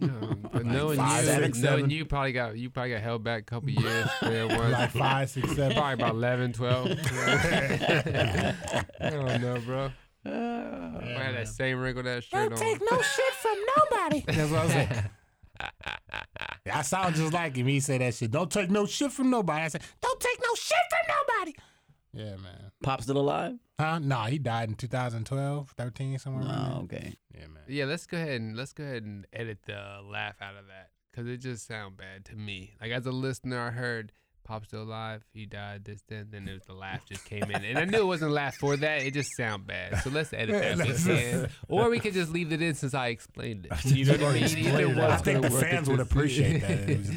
Speaker 3: Um, but knowing
Speaker 1: five,
Speaker 3: you,
Speaker 1: six,
Speaker 3: knowing
Speaker 1: seven.
Speaker 3: you probably got you probably got held back a couple years. there was
Speaker 1: Like five, six, seven.
Speaker 3: probably about 11, 12. I don't know, bro. I had that same wrinkle that shirt on.
Speaker 1: no shit from nobody. That's what I was saying. I sound just like him. He said that shit. Don't take no shit from nobody. I said, don't take no shit from nobody. Yeah, man.
Speaker 2: Pop's still alive?
Speaker 1: Huh? Nah, he died in 2012, 13, somewhere around
Speaker 2: Oh, okay.
Speaker 1: there. Yeah, man.
Speaker 3: Yeah, let's go ahead and let's go ahead and edit the laugh out of that because it just sound bad to me. Like as a listener, I heard Pop's still alive. He died this then. Then it was the laugh just came in, and I knew it wasn't a laugh for that. It just sound bad. So let's edit that if we can. or we could just leave it in since I explained it. You know what I mean? Either
Speaker 4: explained it.
Speaker 1: I
Speaker 3: one's
Speaker 1: think
Speaker 3: gonna
Speaker 1: the
Speaker 3: work if
Speaker 1: fans would
Speaker 3: it's-
Speaker 1: appreciate that. It was-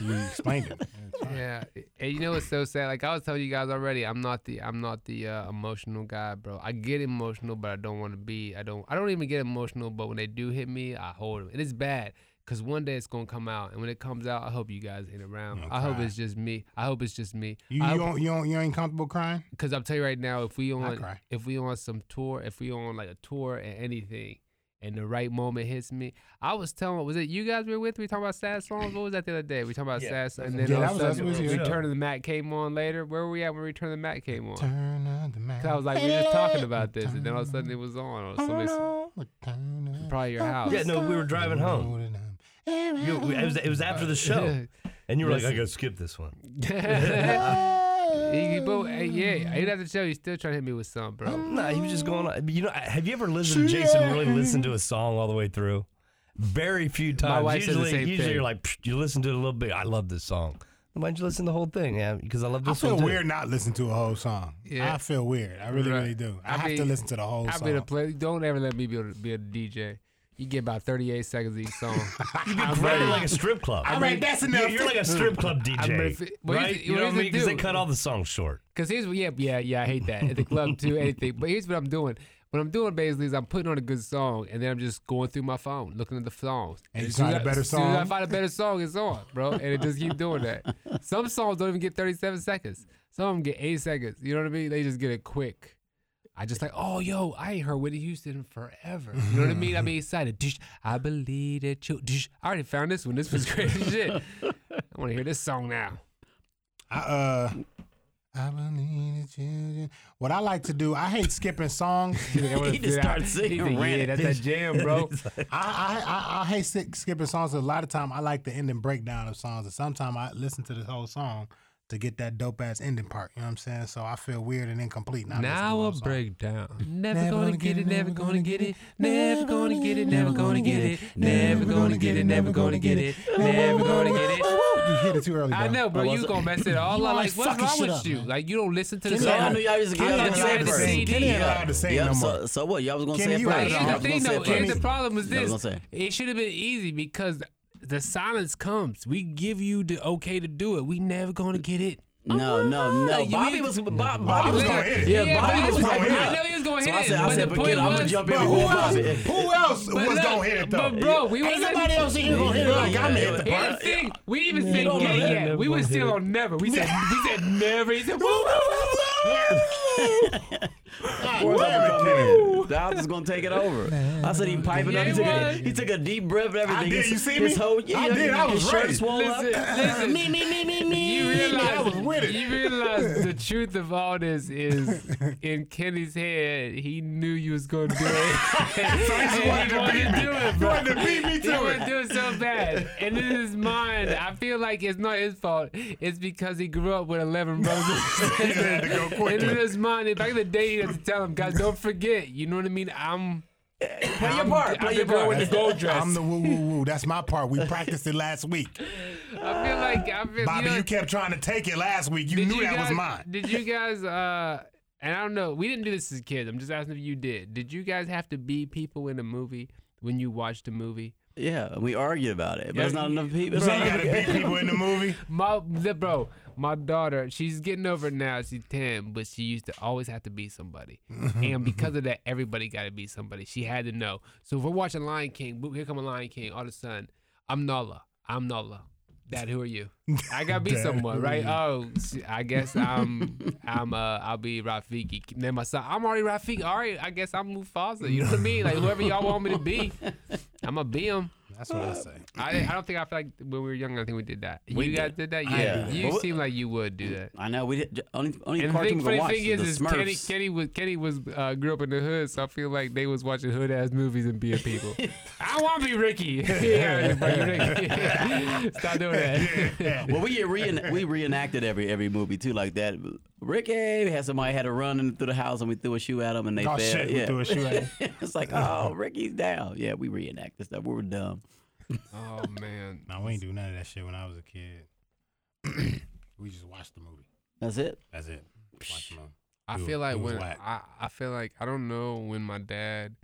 Speaker 1: you explained it. It's fine.
Speaker 3: Yeah, and you know what's so sad? Like I was telling you guys already, I'm not the I'm not the uh, emotional guy, bro. I get emotional, but I don't want to be. I don't I don't even get emotional, but when they do hit me, I hold them, and it's bad because one day it's gonna come out, and when it comes out, I hope you guys hit around. I hope
Speaker 1: Okay.
Speaker 3: it's just me. I hope it's just me.
Speaker 1: You, you, don't, you, don't, you ain't comfortable crying?
Speaker 3: Because I'm telling you right now, if we on
Speaker 1: cry.
Speaker 3: if we on some tour, if we on like a tour and anything. And the right moment hits me. I was telling, was it you guys we were with? We talking about sad songs. What was that the other day? We talking about sad songs. And then
Speaker 1: Yeah, that
Speaker 3: all of
Speaker 1: was
Speaker 3: a
Speaker 1: us.
Speaker 3: sudden,
Speaker 1: We was here.
Speaker 3: Return of the Mac came on later. Where were we at when Return of the Mac came on? 'Cause
Speaker 1: Turn on the man.
Speaker 3: I was like, we were just talking about this, and then all of a sudden it was on. Oh. Or somebody's, probably your house.
Speaker 4: yeah, no, we were driving home. You- we- it, was, it was after the show. And you were like, I gotta skip this one.
Speaker 3: You- but, hey, yeah, even after the show, you still trying to hit me with something, bro.
Speaker 4: No, he was just going on. You know, have you ever listened to Jason really listen to a song all the way through? Very few times.
Speaker 3: wife says the
Speaker 4: usually,
Speaker 3: same
Speaker 4: usually
Speaker 3: thing.
Speaker 4: you're like, "Psh, you listen to it a little bit. I love this song. Why don't you listen to the whole thing? Yeah, because I love
Speaker 1: I
Speaker 4: this
Speaker 1: feel
Speaker 4: one. too."
Speaker 1: weird not listening to a whole song.
Speaker 3: Yeah.
Speaker 1: I feel weird. I really,
Speaker 3: Right.
Speaker 1: really do. I,
Speaker 3: I
Speaker 1: have to
Speaker 3: mean,
Speaker 1: listen to the whole
Speaker 3: I've
Speaker 1: song.
Speaker 3: been a play. Don't ever let me be a, be a DJ. You get about 38 seconds each song.
Speaker 4: You'd be crying like a strip club.
Speaker 1: I mean, that's
Speaker 4: You're,
Speaker 1: enough.
Speaker 4: you're like a strip club
Speaker 3: I'm
Speaker 4: DJ,
Speaker 3: ready for- well, here's
Speaker 4: right?
Speaker 3: the-
Speaker 4: You know
Speaker 3: here's
Speaker 4: what I
Speaker 3: the
Speaker 4: mean? Because they
Speaker 3: deal.
Speaker 4: cut all the songs short.
Speaker 3: Cause here's what- yeah yeah yeah I hate that at the club too anything but here's what I'm doing what I'm doing basically is I'm putting on a good song and then I'm just going through my phone looking at the songs
Speaker 1: And you
Speaker 3: as soon
Speaker 1: find
Speaker 3: as
Speaker 1: a
Speaker 3: I-
Speaker 1: better
Speaker 3: as soon as I
Speaker 1: song?
Speaker 3: find a better song it's on bro and it just keep doing that some songs don't even get 37 seconds some of them get eight seconds you know what I mean they just get it quick I just like oh yo I ain't heard Whitney Houston in forever you know what I mean I be excited Dish, I believe that you dish. I already found this one this was great as shit I want to hear this song now
Speaker 1: I, uh, I believe the children. What I like to do, I hate skipping songs.
Speaker 2: He just started singing.
Speaker 3: He said, yeah
Speaker 2: ranting.
Speaker 3: that's that jam bro.
Speaker 1: I, I, I, I hate si- skipping songs. A lot of time, I like the ending breakdown of songs, and sometimes I listen to the whole song to get that dope ass ending part. You know what I'm saying? So I feel weird and incomplete. not listening to the
Speaker 3: Now a
Speaker 1: whole song.
Speaker 3: breakdown. Never, gonna get it, never gonna get it, never gonna get it, never gonna get it, never gonna get it, never gonna get it, never gonna get it.
Speaker 1: You hit it too early. Bro.
Speaker 3: I know, bro. You gonna mess it all
Speaker 1: You
Speaker 3: up. Like,
Speaker 1: always
Speaker 3: what's
Speaker 1: fucking
Speaker 3: wrong
Speaker 1: shit
Speaker 3: with
Speaker 1: up,
Speaker 3: you?
Speaker 1: man.
Speaker 3: Like, you don't listen to the
Speaker 2: Just
Speaker 1: Yeah,
Speaker 2: I
Speaker 1: I'm
Speaker 3: song.
Speaker 2: knew y'all used to
Speaker 1: I'm
Speaker 2: get
Speaker 1: not
Speaker 2: up
Speaker 3: allowed
Speaker 2: there
Speaker 3: to
Speaker 2: first.
Speaker 3: sing. Kenny ain't
Speaker 2: Yeah.
Speaker 1: allowed to sing
Speaker 2: Yep,
Speaker 1: no
Speaker 2: so,
Speaker 1: more.
Speaker 2: so what? Y'all was gonna
Speaker 1: Kenny,
Speaker 2: say it
Speaker 1: you
Speaker 2: first.
Speaker 1: ain't
Speaker 3: Here's
Speaker 1: I
Speaker 3: the
Speaker 1: was
Speaker 3: thing,
Speaker 2: Y'all was
Speaker 3: though.
Speaker 2: gonna say it
Speaker 3: Here's the
Speaker 2: first.
Speaker 3: problem with
Speaker 2: Yeah, I was
Speaker 3: this.
Speaker 2: gonna say.
Speaker 3: It should have been easy because the silence comes. We give you the okay to do it. We never gonna get it.
Speaker 2: No, no,
Speaker 3: Uh-huh.
Speaker 2: no.
Speaker 3: You
Speaker 2: Bobby
Speaker 3: mean-
Speaker 2: was Bob,
Speaker 1: Bobby
Speaker 2: Bobby
Speaker 1: was
Speaker 2: was
Speaker 1: gonna hit it.
Speaker 2: Yeah,
Speaker 3: Yeah,
Speaker 2: Bobby
Speaker 3: but
Speaker 2: was
Speaker 3: I
Speaker 2: gonna
Speaker 3: I
Speaker 2: hit
Speaker 3: know
Speaker 2: it.
Speaker 3: he was gonna
Speaker 2: So
Speaker 3: hit
Speaker 2: I
Speaker 3: it.
Speaker 2: said, I
Speaker 3: But
Speaker 2: said,
Speaker 3: the
Speaker 2: but kid,
Speaker 3: point
Speaker 2: I'm gonna
Speaker 3: was,
Speaker 2: jump in
Speaker 1: But
Speaker 2: with
Speaker 1: who
Speaker 2: Bobby.
Speaker 1: else? Who else
Speaker 3: But
Speaker 1: was
Speaker 3: look,
Speaker 1: gonna hit it though?
Speaker 3: But bro, we was
Speaker 1: Ain't nobody else in here gonna hit it like I'm
Speaker 2: Yeah.
Speaker 1: hit the
Speaker 3: Here's the
Speaker 1: part.
Speaker 3: thing. We even said
Speaker 2: don't
Speaker 3: get
Speaker 2: know
Speaker 3: it
Speaker 2: that.
Speaker 3: yet. We
Speaker 4: Never
Speaker 3: was
Speaker 4: hit
Speaker 3: still
Speaker 4: it.
Speaker 3: on never. We said we said never. He said woo woo woo woo.
Speaker 2: The house is gonna take it over. I said he piping up. He
Speaker 3: Yeah,
Speaker 2: took, a,
Speaker 3: what?
Speaker 2: he took a deep breath and everything.
Speaker 1: did,
Speaker 2: His-
Speaker 1: you see
Speaker 2: his
Speaker 1: me?
Speaker 2: Whole, yeah,
Speaker 1: I did, I was
Speaker 2: his shirt
Speaker 1: ready.
Speaker 2: swole up.
Speaker 3: Listen, listen.
Speaker 2: Me, me, me, me, me.
Speaker 3: You
Speaker 5: I was
Speaker 3: realize,
Speaker 5: with it.
Speaker 3: you realize the truth of all this is in Kenny's head. He knew you was gonna do it. And so he
Speaker 1: just wanted to beat me.
Speaker 3: do it,
Speaker 1: You
Speaker 3: bro.
Speaker 1: had to beat me
Speaker 3: He
Speaker 1: to
Speaker 3: wanted to
Speaker 1: it.
Speaker 3: do it so bad, and in his mind, I feel like it's not his fault. It's because he grew up with eleven brothers.
Speaker 1: He had to go
Speaker 3: and in
Speaker 1: quickly.
Speaker 3: his mind, back in the day, he had to tell him, guys, don't forget. You know what I mean? I'm.
Speaker 2: Play your
Speaker 3: I'm-
Speaker 2: part.
Speaker 3: I've
Speaker 2: Play your
Speaker 3: been going
Speaker 2: part.
Speaker 3: with the gold dress.
Speaker 5: I'm the woo woo woo. That's my part. We practiced it last week.
Speaker 3: I feel like I feel.
Speaker 5: Bobby,
Speaker 3: you
Speaker 5: you,
Speaker 3: know,
Speaker 5: kept trying to take it last week. You
Speaker 3: Did
Speaker 5: knew that
Speaker 3: guys,
Speaker 5: was mine.
Speaker 3: Did you guys? Uh, and I don't know. We didn't do this as kids. I'm just asking if you did. Did you guys have to be people in a movie when you watched a movie?
Speaker 2: Yeah, we argued about it, but it's not enough people.
Speaker 5: So you
Speaker 2: it's not
Speaker 5: gotta
Speaker 2: enough-
Speaker 5: beat people in the movie.
Speaker 3: My the, bro, my daughter, she's getting over it now. She's ten, but she used to always have to be somebody, and because of that, everybody got to be somebody. She had to know. So if we're watching Lion King, boop, here come a Lion King. All of a sudden, I'm Nala. I'm Nala. Dad, who are you? I gotta be
Speaker 5: Dad,
Speaker 3: someone,
Speaker 5: who are
Speaker 3: right?
Speaker 5: you?
Speaker 3: Oh, s- I guess I'm. I'm. Uh, I'll be Rafiki. Then my son, I'm already Rafiki. All right, I guess I'm Mufasa. You know what I mean? Like whoever y'all want me to be, I'm gonna be him.
Speaker 5: That's what I say.
Speaker 3: I, didn't- I don't think I feel like when we were young. I think we did that.
Speaker 2: We
Speaker 3: you guys
Speaker 2: did.
Speaker 3: did that.
Speaker 2: I
Speaker 3: Yeah,
Speaker 2: did.
Speaker 3: you
Speaker 2: But-
Speaker 3: seem like you would do that.
Speaker 2: I know we did. j- Only, only
Speaker 3: And the
Speaker 2: cartoon
Speaker 3: thing,
Speaker 2: we can
Speaker 3: funny
Speaker 2: watch
Speaker 3: thing is,
Speaker 2: is
Speaker 3: is
Speaker 2: the
Speaker 3: Kenny,
Speaker 2: Smurfs.
Speaker 3: Kenny was Kenny was uh, grew up in the hood, so I feel like they was watching hood ass movies and being people. I want to be Ricky. yeah, bro, you're Ricky. Stop doing that.
Speaker 2: well, we reenact, we reenacted every every movie too, like that. Ricky we had somebody had to run in through the house, and we threw a shoe at him, and they
Speaker 5: Oh
Speaker 2: fell.
Speaker 5: shit,
Speaker 2: yeah.
Speaker 5: we threw a shoe at him.
Speaker 2: it's like, oh, Ricky's down. Yeah, we reenacted stuff. We were dumb.
Speaker 3: oh man,
Speaker 5: No, we ain't do none of that shit when I was a kid. we just watched the movie.
Speaker 2: That's it.
Speaker 5: That's it. Watch the movie.
Speaker 3: I
Speaker 5: It
Speaker 3: feel
Speaker 5: was-
Speaker 3: like
Speaker 5: it was
Speaker 3: when
Speaker 5: whack.
Speaker 3: I, I feel like I don't know when my dad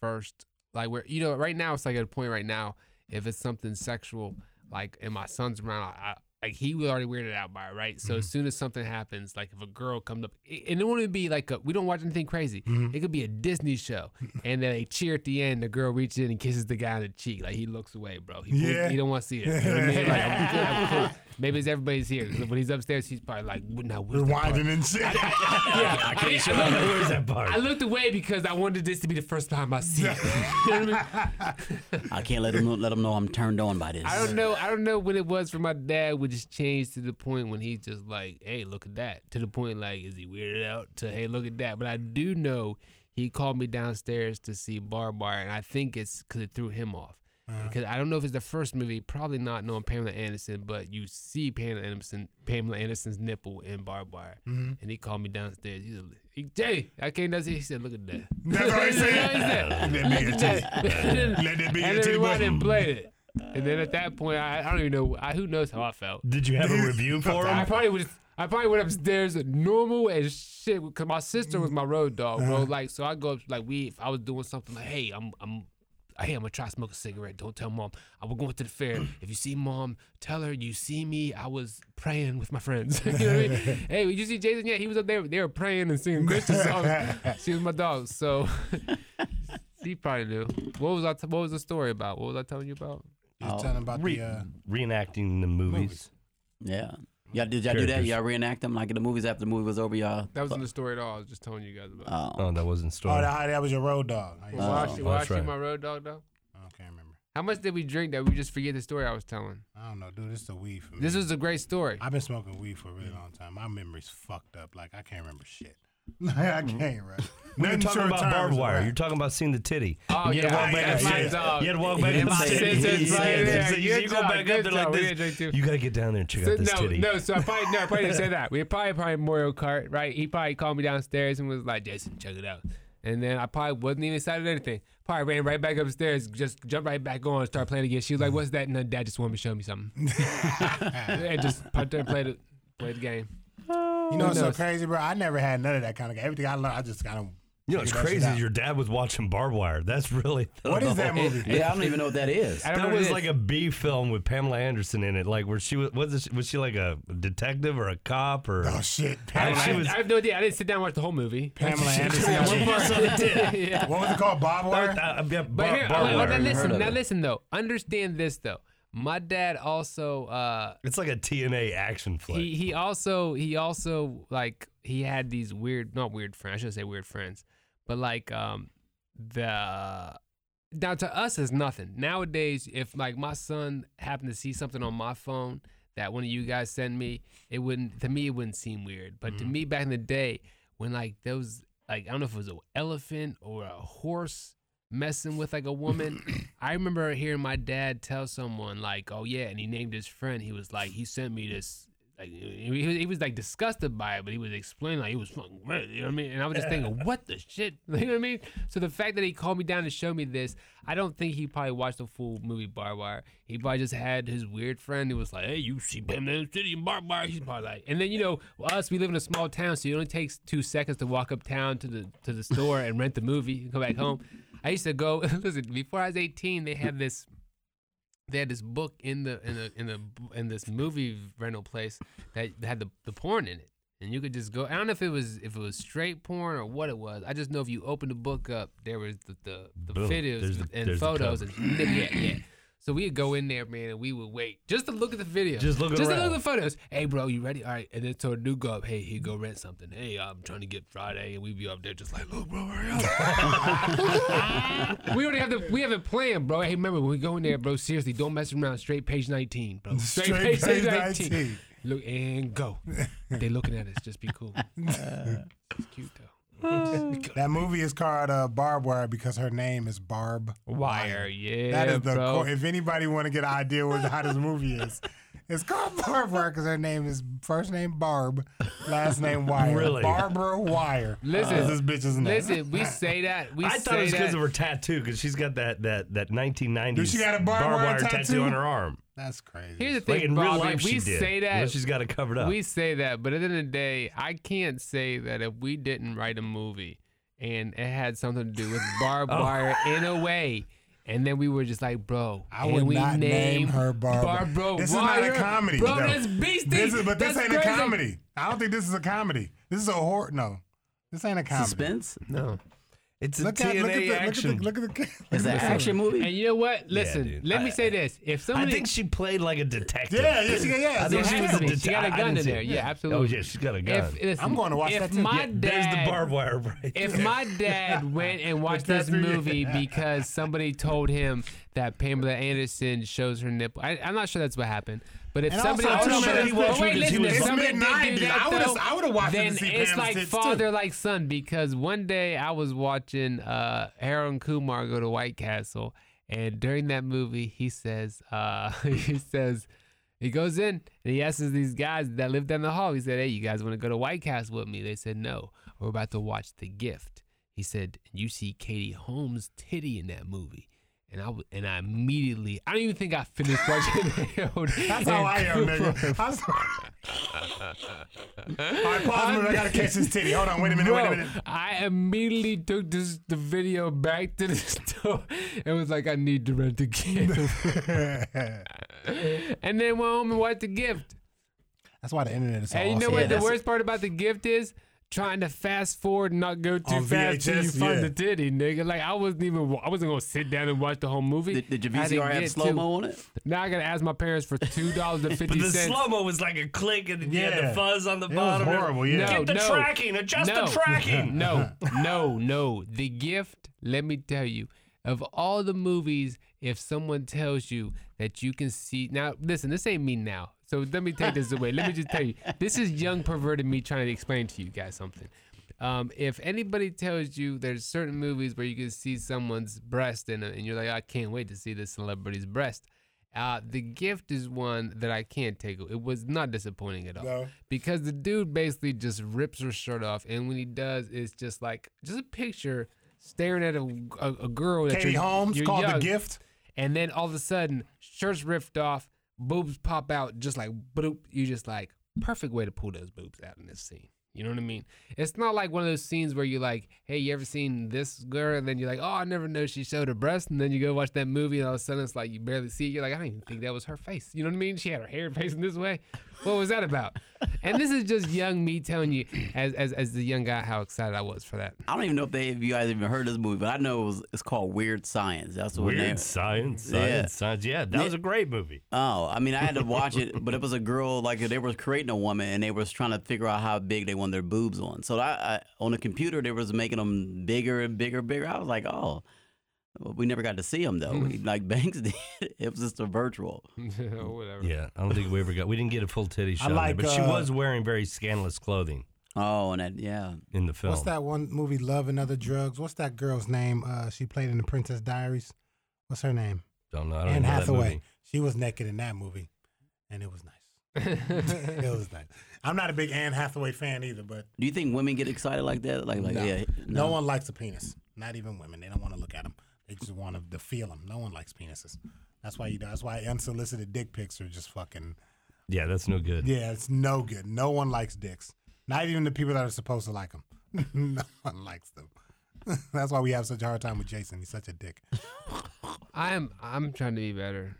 Speaker 3: first like where you know right now it's like at a point right now if it's something sexual like and my son's around I, I like he was already weirded out by it right so
Speaker 5: Mm-hmm.
Speaker 3: as soon as something happens like if a girl comes up it, and it wouldn't be like a, we don't watch anything crazy
Speaker 5: Mm-hmm.
Speaker 3: it could be a Disney show and then they cheer at the end the girl reaches in and kisses the guy on the cheek like he looks away bro he,
Speaker 5: Yeah.
Speaker 3: he don't want to see it you know what I mean? Like, I'm good, I'm cool. maybe it's everybody's here 'cause when he's upstairs he's probably like now where's the part?
Speaker 5: Rewinding and shit.
Speaker 3: yeah, I can't show
Speaker 4: Where's that part?
Speaker 3: I looked away because I wanted this to be the first time I see it. You know what I, mean?
Speaker 2: I can't let them know, let them know I'm turned on by this.
Speaker 3: I don't know. I don't know when it was for my dad would just change to the point when he's just like, "Hey, look at that." To the point like, is he weirded out? To hey, look at that. But I do know he called me downstairs to see Barb Wire, and I think it's because it threw him off.
Speaker 5: Uh-huh.
Speaker 3: Because I don't know if it's the first movie, probably not knowing Pamela Anderson, but you see Pamela Anderson, Pamela Anderson's nipple in Barbed Wire,
Speaker 5: Mm-hmm.
Speaker 3: and he called me downstairs. He's like, "Hey, Jay, I came downstairs. He said, "Look at that."
Speaker 5: That's what he said.
Speaker 3: That's what he
Speaker 5: Let me get you.
Speaker 3: and
Speaker 5: Let it be
Speaker 3: then
Speaker 5: your titty
Speaker 3: we went
Speaker 5: button.
Speaker 3: and played it. And then at that point, I, I don't even know. I, who knows how I felt?
Speaker 4: Did you have a review for
Speaker 3: I
Speaker 4: him?
Speaker 3: probably would. I probably went upstairs normal as shit because my sister was my road dog, bro.
Speaker 4: Uh-huh.
Speaker 3: Like, so I go up like we. If I was doing something like, hey, I'm, I'm, hey, I'm gonna try to smoke a cigarette. Don't tell mom. I was going to the fair. If you see mom, tell her you see me. I was praying with my friends. you know what I mean? Hey, did you see Jason? Yeah, he was up there. They were praying and singing Christian songs. she was my dog, so she probably knew. What was I? T- what was the story about? What was I telling you about?
Speaker 5: Just telling about
Speaker 4: Re-
Speaker 5: the. Uh,
Speaker 4: reenacting the movies.
Speaker 2: Yeah. Y'all, did y'all do that?
Speaker 4: Characters.
Speaker 2: Y'all reenact them like in the movies after the movie was over, y'all.
Speaker 3: That wasn't the story at all. I was just telling you guys about.
Speaker 2: Oh.
Speaker 4: Oh, that wasn't story.
Speaker 5: oh, that, that was your road dog. I,
Speaker 3: why
Speaker 2: Oh,
Speaker 3: she, why
Speaker 4: Uh, that's
Speaker 3: she
Speaker 4: right.
Speaker 3: my road dog though?
Speaker 5: I can't remember.
Speaker 3: How much did we drink that we just forget the story I was telling?
Speaker 5: I don't know, dude. This is a weed for me.
Speaker 3: This was a great story.
Speaker 5: I've been smoking weed for a really long time. My memory's fucked up. Like I can't remember shit. Like, I can't. Right?
Speaker 4: we were
Speaker 5: Nothing
Speaker 4: talking
Speaker 5: short
Speaker 4: about
Speaker 5: term
Speaker 4: barbed
Speaker 5: is
Speaker 4: wire.
Speaker 5: right.
Speaker 4: You're talking about seeing the titty.
Speaker 3: Oh yeah,
Speaker 4: you had to walk back
Speaker 3: that's
Speaker 4: up.
Speaker 3: my
Speaker 4: you,
Speaker 3: dog.
Speaker 4: had to walk back
Speaker 2: Yeah,
Speaker 4: up.
Speaker 3: my
Speaker 2: my
Speaker 4: the titty.
Speaker 2: sister's
Speaker 4: You
Speaker 2: right
Speaker 4: said-
Speaker 2: there.
Speaker 4: so You you
Speaker 3: Good
Speaker 4: go
Speaker 3: job,
Speaker 4: back
Speaker 3: good
Speaker 4: up there like
Speaker 3: job. We didn't
Speaker 4: this.
Speaker 3: drink too.
Speaker 4: You gotta get down there and check
Speaker 3: So-
Speaker 4: out this
Speaker 3: no,
Speaker 4: titty.
Speaker 3: no. So I probably no, I probably didn't say that. We probably probably Mario Kart, right? He probably called me downstairs and was like, "Jason, check it out." And then I probably wasn't even excited or anything. Probably ran right back upstairs, just jumped right back on, started playing again. She was like, "What's that?" And then Dad just wanted me to show me something, and just popped and played it, played the game.
Speaker 5: You know what's so
Speaker 3: knows?
Speaker 5: crazy, bro? I never had none of that kind of. Everything I learned, I just kind of.
Speaker 4: You know, it's
Speaker 5: Figure that shit
Speaker 4: crazy.
Speaker 5: out.
Speaker 4: Your dad was watching barbed wire. That's really
Speaker 5: What is that movie?
Speaker 2: Yeah, I don't even know what that is.
Speaker 3: I don't know
Speaker 4: That
Speaker 3: what it
Speaker 4: was
Speaker 3: is.
Speaker 4: like a B film with Pamela Anderson in it. Like where she was was, it, was she like a detective or a cop or
Speaker 5: Oh shit,
Speaker 4: I-
Speaker 5: Pamela,
Speaker 4: she
Speaker 3: I,
Speaker 4: was-
Speaker 3: I have no idea. I didn't sit down and watch the whole movie.
Speaker 5: Pamela Anderson.
Speaker 3: Yeah, one part. Yeah.
Speaker 5: What was it called? Bob
Speaker 4: That-
Speaker 5: Wire.
Speaker 4: that- yeah,
Speaker 3: But
Speaker 4: bar-
Speaker 3: here,
Speaker 4: barbed
Speaker 3: oh,
Speaker 4: wire.
Speaker 3: now
Speaker 2: Heard
Speaker 3: listen,
Speaker 2: of
Speaker 3: now
Speaker 2: it.
Speaker 3: listen though. Understand this though. My dad also, uh,
Speaker 4: It's like a TNA action flick.
Speaker 3: he he also he also like he had these weird, not weird friends. I shouldn't say weird friends, but like um the now to us is nothing. Nowadays, if like my son happened to see something on my phone that one of you guys send me, it wouldn't to me it wouldn't seem weird. But
Speaker 2: Mm-hmm.
Speaker 3: to me back in the day, when like those like I don't know if it was an elephant or a horse messing with like a woman, I remember hearing my dad tell someone like, "Oh yeah," and he named his friend. He was like, "He sent me this." Like he was, he was like disgusted by it, but he was explaining like it was fucking weird. You know what I mean? And I was just thinking, what the shit? You know what I mean? So the fact that he called me down to show me this, I don't think he probably watched the full movie Barbed Wire. He probably just had his weird friend who was like, "Hey, you see Bam Bam City and Barbed Wire?" He's probably like, and then you know, us we live in a small town, so it only takes two seconds to walk uptown to the to the store and rent the movie and come back home. I used to go listen before I was eighteen. They had this they had this book in the in the in the in this movie rental place that had the, the porn in it, and you could just go. I don't know if it was if it was straight porn or what it was. I just know if you opened the book up, there was the the, the
Speaker 4: Boom.
Speaker 3: videos
Speaker 4: There's the-
Speaker 3: and
Speaker 4: there's the
Speaker 3: photos and yeah yeah. So we'd go in there, man, and we would wait just to look at the video.
Speaker 4: Just looking
Speaker 3: Just to
Speaker 4: around.
Speaker 3: look at the photos. Hey, bro, you ready? All right. And then so a new go up, hey, he go rent something. Hey, I'm trying to get Friday, and we'd be up there just like, look, bro, hurry up. we already have the we have a plan, bro. Hey, remember when we go in there, bro? Seriously, don't mess around. Straight page nineteen, bro. Straight,
Speaker 5: Straight page 19.
Speaker 3: Look and go. they looking at us. Just be cool. it's cute though.
Speaker 5: That movie is called uh, Barb Wire because her name is Barb
Speaker 3: Wire, yeah,
Speaker 5: That is the
Speaker 3: bro.
Speaker 5: core. If anybody want to get an idea what how this movie is, it's called Barb Wire because her name is first name Barb, last name Wire.
Speaker 4: Really?
Speaker 5: Barbara Wire.
Speaker 3: Listen.
Speaker 5: is this bitch's name?
Speaker 3: Listen, we say that. We
Speaker 4: I thought it
Speaker 3: say
Speaker 4: was because
Speaker 3: that.
Speaker 4: of her tattoo, because she's got that that that 1990s
Speaker 5: Dude, she got a barbed wire
Speaker 4: tattoo?
Speaker 5: tattoo?
Speaker 4: on her arm.
Speaker 5: That's crazy.
Speaker 3: Here's the thing,
Speaker 4: Like in
Speaker 3: Bobby,
Speaker 4: real life,
Speaker 3: we
Speaker 4: she did.
Speaker 3: say that.
Speaker 4: Unless she's got it covered up.
Speaker 3: We say that, but at the end of the day, I can't say that if we didn't write a movie and it had something to do with barbed
Speaker 5: Oh.
Speaker 3: wire in a way, and then we were just like, bro,
Speaker 5: I
Speaker 3: can
Speaker 5: would
Speaker 3: we
Speaker 5: not name
Speaker 3: name
Speaker 5: her Barbara.
Speaker 3: Barbara
Speaker 5: This is not a
Speaker 3: Wire?
Speaker 5: comedy.
Speaker 3: Bro,
Speaker 5: though.
Speaker 3: that's beastie.
Speaker 5: This is, but this
Speaker 3: That's
Speaker 5: ain't a
Speaker 3: crazy.
Speaker 5: comedy. I don't think this is a comedy. This is a horror. No, this ain't a comedy.
Speaker 2: Suspense?
Speaker 3: No.
Speaker 4: it's a
Speaker 5: Look at,
Speaker 4: TNA
Speaker 5: look, at the,
Speaker 4: action.
Speaker 5: look at the look at the.
Speaker 2: Is that action
Speaker 3: And
Speaker 2: movie?
Speaker 3: you know what? Listen,
Speaker 4: dude.
Speaker 3: let
Speaker 4: I-
Speaker 3: me say this. If
Speaker 4: I
Speaker 3: somebody.
Speaker 4: think she played like a detective.
Speaker 5: Yeah, yeah, she, yeah.
Speaker 4: I
Speaker 5: yeah.
Speaker 4: think
Speaker 3: There
Speaker 4: she
Speaker 3: has
Speaker 4: was
Speaker 3: to
Speaker 4: a
Speaker 3: be. She
Speaker 4: detective.
Speaker 3: got a
Speaker 4: I
Speaker 3: gun
Speaker 4: didn't
Speaker 3: in
Speaker 4: see
Speaker 3: there.
Speaker 4: it.
Speaker 3: Yeah,
Speaker 4: Oh
Speaker 3: absolutely.
Speaker 4: yeah, she's got a gun.
Speaker 3: if, listen,
Speaker 5: I'm going to watch
Speaker 3: if
Speaker 5: that too.
Speaker 3: My
Speaker 5: Yeah,
Speaker 3: dad,
Speaker 4: There's the barbed wire, right?
Speaker 3: if
Speaker 4: there.
Speaker 3: my dad went and watched this
Speaker 5: Jeffrey-
Speaker 3: movie because somebody told him that Pamela Anderson shows her nipple, I, I'm not sure that's what happened. But if
Speaker 5: And
Speaker 3: somebody,
Speaker 5: also,
Speaker 3: told
Speaker 5: too,
Speaker 3: him-
Speaker 5: man, he
Speaker 3: but
Speaker 5: watched
Speaker 3: wait,
Speaker 4: it 'cause he
Speaker 3: listen,
Speaker 4: was
Speaker 3: if
Speaker 5: It's
Speaker 3: somebody did
Speaker 5: mid-nineties.
Speaker 3: that,
Speaker 5: I would've-
Speaker 3: though,
Speaker 5: I would've watched it to
Speaker 3: then
Speaker 5: see
Speaker 3: it's
Speaker 5: Pam's
Speaker 3: like
Speaker 5: tits, too.
Speaker 3: father like son because one day I was watching uh, Harold and Kumar go to White Castle, and during that movie he says uh, he says. He goes in and he asks these guys that live down the hall. He said, "Hey, you guys want to go to White Castle with me?" They said, "No, we're about to watch The Gift." He said, "You see Katie Holmes' titty in that movie." And I, w- and I immediately, I don't even think I finished watching it.
Speaker 5: That's how I am, nigga. I'm sorry. All right, pause a minute. I gotta catch this titty. Hold on. Wait a minute. wait a
Speaker 3: Bro,
Speaker 5: minute.
Speaker 3: I immediately took this the video back to the store and was like, I need to rent the gift. and then went home and watched the gift.
Speaker 5: That's why the internet is so
Speaker 3: And you know
Speaker 5: awesome.
Speaker 2: Yeah,
Speaker 3: what? The
Speaker 2: that's-
Speaker 3: worst part about the gift is trying to fast forward and not go too
Speaker 5: On
Speaker 3: fast till you
Speaker 5: VHS,
Speaker 3: find
Speaker 5: yeah.
Speaker 3: the titty, nigga. Like I wasn't even wa- I wasn't gonna sit down and watch the whole movie.
Speaker 2: Did, did your
Speaker 3: I had to
Speaker 2: VCR
Speaker 3: get
Speaker 2: have
Speaker 3: to-
Speaker 2: slow mo on it?
Speaker 3: Now I gotta ask my parents for two dollars and
Speaker 4: But
Speaker 3: fifty
Speaker 4: the
Speaker 3: cents.
Speaker 4: slow mo was like a click, and then you had
Speaker 5: Yeah.
Speaker 4: the fuzz on the
Speaker 5: It was
Speaker 4: bottom.
Speaker 5: horrible. Yeah.
Speaker 3: No,
Speaker 4: Get the
Speaker 3: no.
Speaker 4: tracking. Adjust
Speaker 3: no,
Speaker 4: the tracking.
Speaker 3: No, no, no. The gift, let me tell you, of all the movies, if someone tells you that you can see now, listen, this ain't me now. So let me take this away. Let me just tell you, this is young perverted me trying to explain to you guys something. Um, if anybody tells you there's certain movies where you can see someone's breast in it, and you're like, I can't wait to see this celebrity's breast. Uh, the gift is one that I can't take. It was not disappointing at all
Speaker 5: No.
Speaker 3: because the dude basically just rips her shirt off, and when he does, it's just like just a picture staring at a, a, a girl. that
Speaker 5: Katie
Speaker 3: you're-
Speaker 5: Holmes
Speaker 3: you're
Speaker 5: called
Speaker 3: young,
Speaker 5: the gift.
Speaker 3: and then all of a sudden, shirt's ripped off, boobs pop out, just like boop. You just like perfect way to pull those boobs out in this scene. You know what I mean? It's not like one of those scenes where you're like, hey, you ever seen this girl? And then you're like, oh, I never know she showed her breast. And then you go watch that movie, and all of a sudden it's like you barely see it. You're like, I don't even think that was her face. You know what I mean? She had her hair facing this way. What was that about? And this is just young me telling you, as as as the young guy, how excited I was for that.
Speaker 2: I don't even know if they, if you guys even heard this movie, but I know it was, it's called Weird Science. That's what
Speaker 4: Weird
Speaker 2: name.
Speaker 4: science, science,
Speaker 2: Yeah.
Speaker 4: science. Yeah, that was a great movie.
Speaker 2: Oh, I mean, I had to watch it, but it was a girl like they were creating a woman, and they was trying to figure out how big they wanted their boobs on. So I, I on the computer they was making them bigger and bigger, bigger. I was like, oh, Well, we never got to see them though. like Banks did, it was just a virtual.
Speaker 3: or whatever.
Speaker 4: Yeah, I don't think we ever got. We didn't get a full titty shot, in there,
Speaker 1: like,
Speaker 4: but she
Speaker 1: uh,
Speaker 4: was wearing very scandalous clothing
Speaker 2: Oh, and that yeah,
Speaker 4: in the film.
Speaker 1: What's that one movie, Love and Other Drugs? What's that girl's name? Uh, she played in the Princess Diaries. What's her name?
Speaker 4: Don't know. I don't
Speaker 1: Anne
Speaker 4: know that
Speaker 1: Hathaway.
Speaker 4: movie.
Speaker 1: She was naked in that movie, and it was nice. it was nice. I'm not a big Anne Hathaway fan either, but
Speaker 2: do you think women get excited like that? Like like
Speaker 1: no.
Speaker 2: yeah,
Speaker 1: no one likes a penis. Not even women. They don't want to look at them. They just want to feel them. No one likes penises. That's why you. That's why unsolicited dick pics are just fucking.
Speaker 4: Yeah, that's no good.
Speaker 1: Yeah, it's no good. No one likes dicks. Not even the people that are supposed to like them. no one likes them. That's why we have such a hard time with Jason. He's such a dick.
Speaker 3: I am. I'm trying to be better.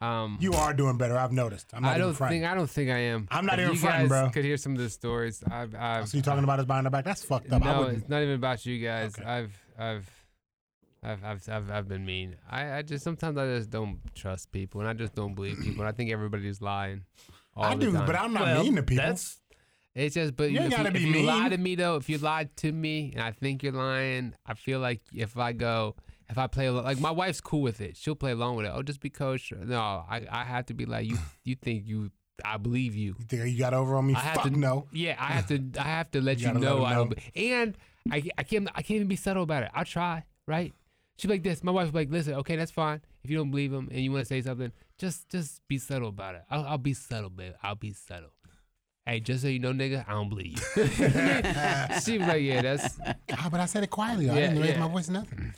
Speaker 3: Um,
Speaker 1: You are doing better. I've noticed. I'm not
Speaker 3: I don't
Speaker 1: even fronting.
Speaker 3: think. I don't think I am.
Speaker 1: I'm not
Speaker 3: If
Speaker 1: even
Speaker 3: you
Speaker 1: fronting,
Speaker 3: guys
Speaker 1: bro.
Speaker 3: Could hear some of the stories. I've. I've
Speaker 1: so you talking about us behind the back? That's fucked up. I
Speaker 3: No,
Speaker 1: wouldn't.
Speaker 3: it's not even about you guys.
Speaker 1: Okay.
Speaker 3: I've, I've, I've, I've, I've, I've been mean. I, I just sometimes I just don't trust people, and I just don't believe people, and I think everybody's lying. All
Speaker 1: I
Speaker 3: the
Speaker 1: do,
Speaker 3: time.
Speaker 1: but I'm not
Speaker 4: Well,
Speaker 1: mean to people.
Speaker 4: That's
Speaker 3: It's just, but
Speaker 1: You
Speaker 3: you
Speaker 1: ain't
Speaker 3: if, you,
Speaker 1: gotta be
Speaker 3: if you lie
Speaker 1: mean.
Speaker 3: to me though, if you lied to me and I think you're lying, I feel like if I go, if I play along, like my wife's cool with it, she'll play along with it. Oh, just be coach. No, I, I have to be like you. You think you? I believe you.
Speaker 1: You think you got over on me?
Speaker 3: I have
Speaker 1: Fuck
Speaker 3: to
Speaker 1: no.
Speaker 3: Yeah, I have to. I have to let
Speaker 1: You
Speaker 3: you,
Speaker 1: gotta let
Speaker 3: know
Speaker 1: them
Speaker 3: I
Speaker 1: know.
Speaker 3: don't. be- And I, I can't. I can't even be subtle about it. I try, right? She's like this. My wife's like, listen, okay, that's fine. If you don't believe him and you want to say something, just just be subtle about it. I'll, I'll be subtle, babe. I'll be subtle. Hey, just so you know, nigga, I don't believe you. she was like, yeah, that's.
Speaker 1: Ah, but I said it quietly. I
Speaker 3: Yeah,
Speaker 1: didn't raise
Speaker 3: yeah.
Speaker 1: my voice. Nothing.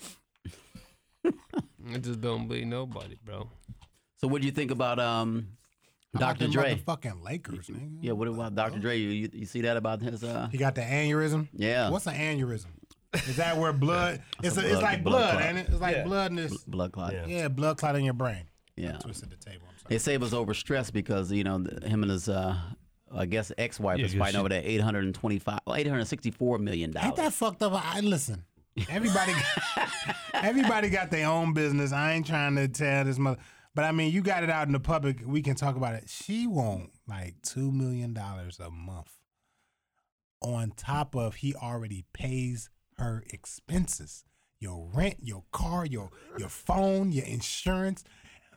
Speaker 3: I just don't believe nobody, bro.
Speaker 2: So what do you think about um,
Speaker 1: I'm like
Speaker 2: Dr.
Speaker 1: the
Speaker 2: Dre?
Speaker 1: Motherfucking Lakers, nigga.
Speaker 2: Yeah, what about Dr. Dre? You, you, you see that about his uh?
Speaker 1: You got the aneurysm.
Speaker 2: Yeah,
Speaker 1: What's an aneurysm? Is that where blood? it's
Speaker 2: a
Speaker 1: a, it's
Speaker 2: blood-
Speaker 1: like
Speaker 2: blood
Speaker 1: blood,
Speaker 2: clot.
Speaker 1: ain't it? It's like
Speaker 4: Yeah.
Speaker 1: blood in this.
Speaker 2: blood clot.
Speaker 4: Yeah.
Speaker 1: Yeah, blood clot in your brain.
Speaker 2: yeah.
Speaker 1: Twisted the table. I'm sorry.
Speaker 2: They say it was overstressed because you know th- him and his, uh, I guess, ex-wife
Speaker 4: Yeah,
Speaker 2: is
Speaker 4: 'cause
Speaker 2: fighting
Speaker 4: she-
Speaker 2: over that 825, well, 864 million
Speaker 1: Ain't that
Speaker 2: dollars.
Speaker 1: fucked up? I listen. Everybody, everybody got their own business. I ain't trying to tell this mother, but I mean, you got it out in the public. We can talk about it. She won't like two million dollars a month, on top of he already pays her expenses, your rent, your car, your your phone, your insurance,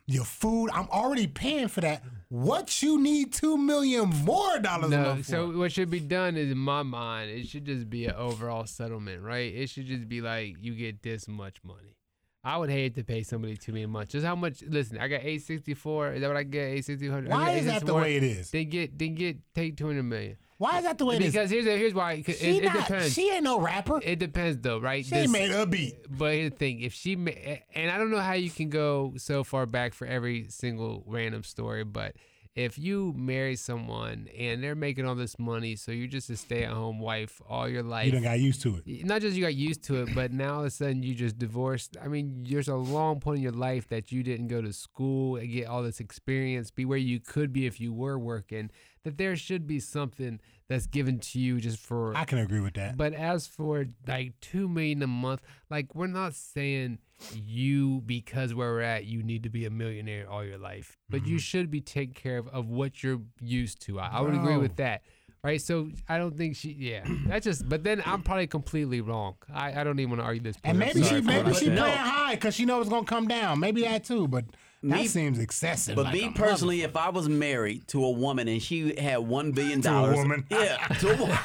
Speaker 1: your food. I'm already paying for that. What you need two million more dollars a
Speaker 3: No,
Speaker 1: month?
Speaker 3: so
Speaker 1: for?
Speaker 3: what should be done is, in my mind, it should just be an overall settlement, right? It should just be like you get this much money. I would hate to pay somebody two million a month. Just how much? Listen, I got eight sixty four. Is that what I get? Eight sixty four.
Speaker 1: why is that the way it is?
Speaker 3: Then get, then get, take two hundred million.
Speaker 1: Why is that the way it is?
Speaker 3: because here's the- here's why. 'cause
Speaker 1: She
Speaker 3: It, it
Speaker 1: not,
Speaker 3: depends.
Speaker 1: She ain't no rapper.
Speaker 3: It depends though, right?
Speaker 1: she ain't
Speaker 3: This-
Speaker 1: made a beat.
Speaker 3: but here's the thing: if she ma- and I don't know how you can go so far back for every single random story, but if you marry someone and they're making all this money, so you're just a stay-at-home wife all your
Speaker 1: You
Speaker 3: life.
Speaker 1: done got used to it.
Speaker 3: not just you got used to it, but now all of a sudden you just divorced. I mean, there's a long point in your life that you didn't go to school and get all this experience, be where you could be if you were working. That there should be something that's given to you just for
Speaker 1: I can agree with that.
Speaker 3: but as for like two million a month, like we're not saying you because where we're at, you need to be a millionaire all your life. But
Speaker 1: Mm-hmm.
Speaker 3: you should be taken care of of what you're used to. I, I would agree with that. Right. So I don't think she yeah. That's just but then I'm probably completely wrong. I, I don't even want to argue this point.
Speaker 1: and
Speaker 3: I'm
Speaker 1: maybe
Speaker 3: sorry
Speaker 1: she
Speaker 3: for
Speaker 1: maybe
Speaker 3: what I
Speaker 1: she
Speaker 3: said.
Speaker 1: playing
Speaker 2: No.
Speaker 1: high because she know it's gonna come down. Maybe that too. But that
Speaker 2: Me-
Speaker 1: seems excessive.
Speaker 2: But
Speaker 1: like a
Speaker 2: me
Speaker 1: mother-
Speaker 2: personally, if I was married to a woman and she had one billion
Speaker 1: a
Speaker 2: dollars,
Speaker 1: woman.
Speaker 2: yeah, to a woman,